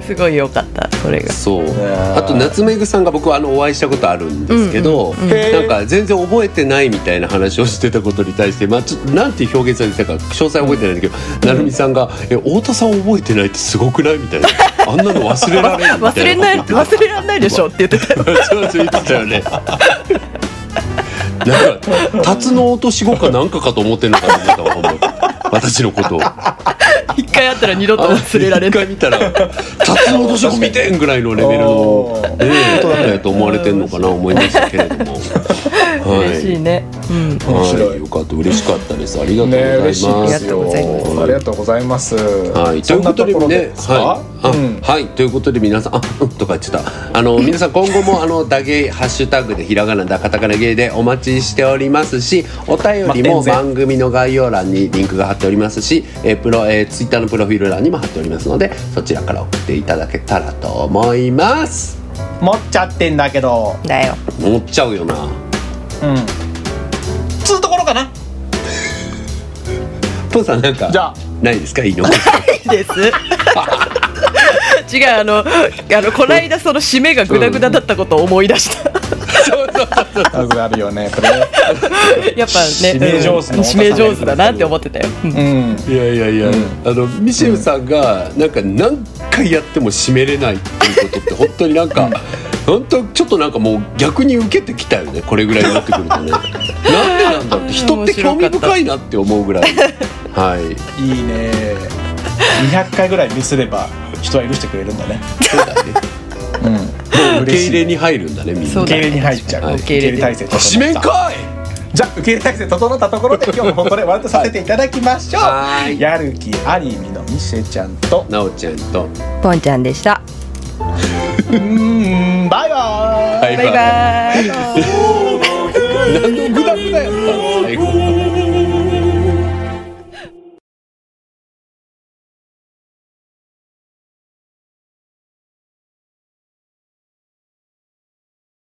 S3: すごい良かったそれ
S2: じ
S3: が
S2: そう
S1: ー
S2: あと夏目ぐさんが僕はあのお会いしたことあるんですけど
S1: んうん
S2: なんか全然覚えてないみたいな話をしてたことに対してまあちょっとなんていう表現されてたか詳細覚えてないんだけどなるみさんが「え太田さん覚えてないってすごくない?」みたいな「あんなの忘れられん」み
S3: 忘
S2: た
S3: れ
S2: いな
S3: ない忘れられないでしょって言 *laughs* ってたよ
S2: そうそう言ってたよね。なんか、タツノオトシゴかなんかかと思ってんのかと思ったわ、ほんまに私のことを。
S3: 一回あったら二度と忘れられ
S2: 一
S3: ない
S2: 回見たら、タツノオトシゴ見てんぐらいのレベルの
S1: お。ー
S2: ねえ、ことだと思われてんのかな、思いましたけれども。
S3: 嬉しい
S2: は
S3: ね、うん、
S2: い。
S1: 面白
S2: はいい、よかった、嬉しかったです。ありがとうご
S1: ね
S2: ざ
S1: 嬉
S2: い
S1: しい
S2: ま。
S1: ですすよ
S3: ありがとうございます
S1: ありがとうございます
S2: はい、とい
S1: そん
S2: うこ
S1: な
S2: と
S1: と
S2: で
S1: ころで
S2: ね、
S1: ですか
S2: はい、あ、
S1: うん
S2: はい、ということで、皆さん、あ、うんとか言ってた。あの、皆さん、今後も、
S1: *laughs*
S2: あの、ダゲイハッシュタグで、ひらがなだ、カタカナゲイで、お待ちしておりますし。お便りも、
S1: まあ
S2: 番組の概要欄にリンクが貼っておりますし、えー、プロ、えー、ツイッターのプロフィール欄にも貼っておりますので。そちらから送っていただけたらと思います。
S1: 持っちゃってんだけど
S3: だよ
S2: 持っちゃうよな。
S1: うんつうところかな
S2: 父さん、なんか。
S1: じゃあ
S2: ないですか、いい
S1: *laughs*
S2: の。
S3: いいです違うあのあのこないだその締めがグダグダだったことを思い出した
S1: あるあるよねこれ
S3: やっぱね
S1: 締め上手の
S3: うん締め上手だなって思ってたよ、うん
S1: *laughs* うん
S2: いやいやいや、あのミシェルさんがなんか何回やっても締めれないっていう *laughs* ことって本当になんか本当ちょっとなんかもう逆に受けてきたよねこれぐらいになってくる *laughs* とねなんでなんだろうって人って興味深いなって思うぐらいはい
S1: いいね200回ぐらいミスれば人は許してくれるんだね
S2: そうだね
S1: うん
S2: 受け入れ
S1: に
S2: に入るんだねみん
S3: そ
S2: な
S3: う
S1: 受け
S3: だ
S1: 入れ
S3: ね
S1: に入っちゃう、
S2: はい
S1: 受け入れ体制整った
S2: 締めんかい
S1: じゃあ受け入れ体制整ったところで今日も本当に終わりとさせていただきましょう、
S2: はい
S1: やる気ありみのミシェちゃんと
S2: なおちゃんと
S3: ポンちゃんでした
S1: うーんバイバイ
S2: バ
S3: バ
S2: イ *laughs*
S3: イバイ
S2: 何のグダグダやったの最後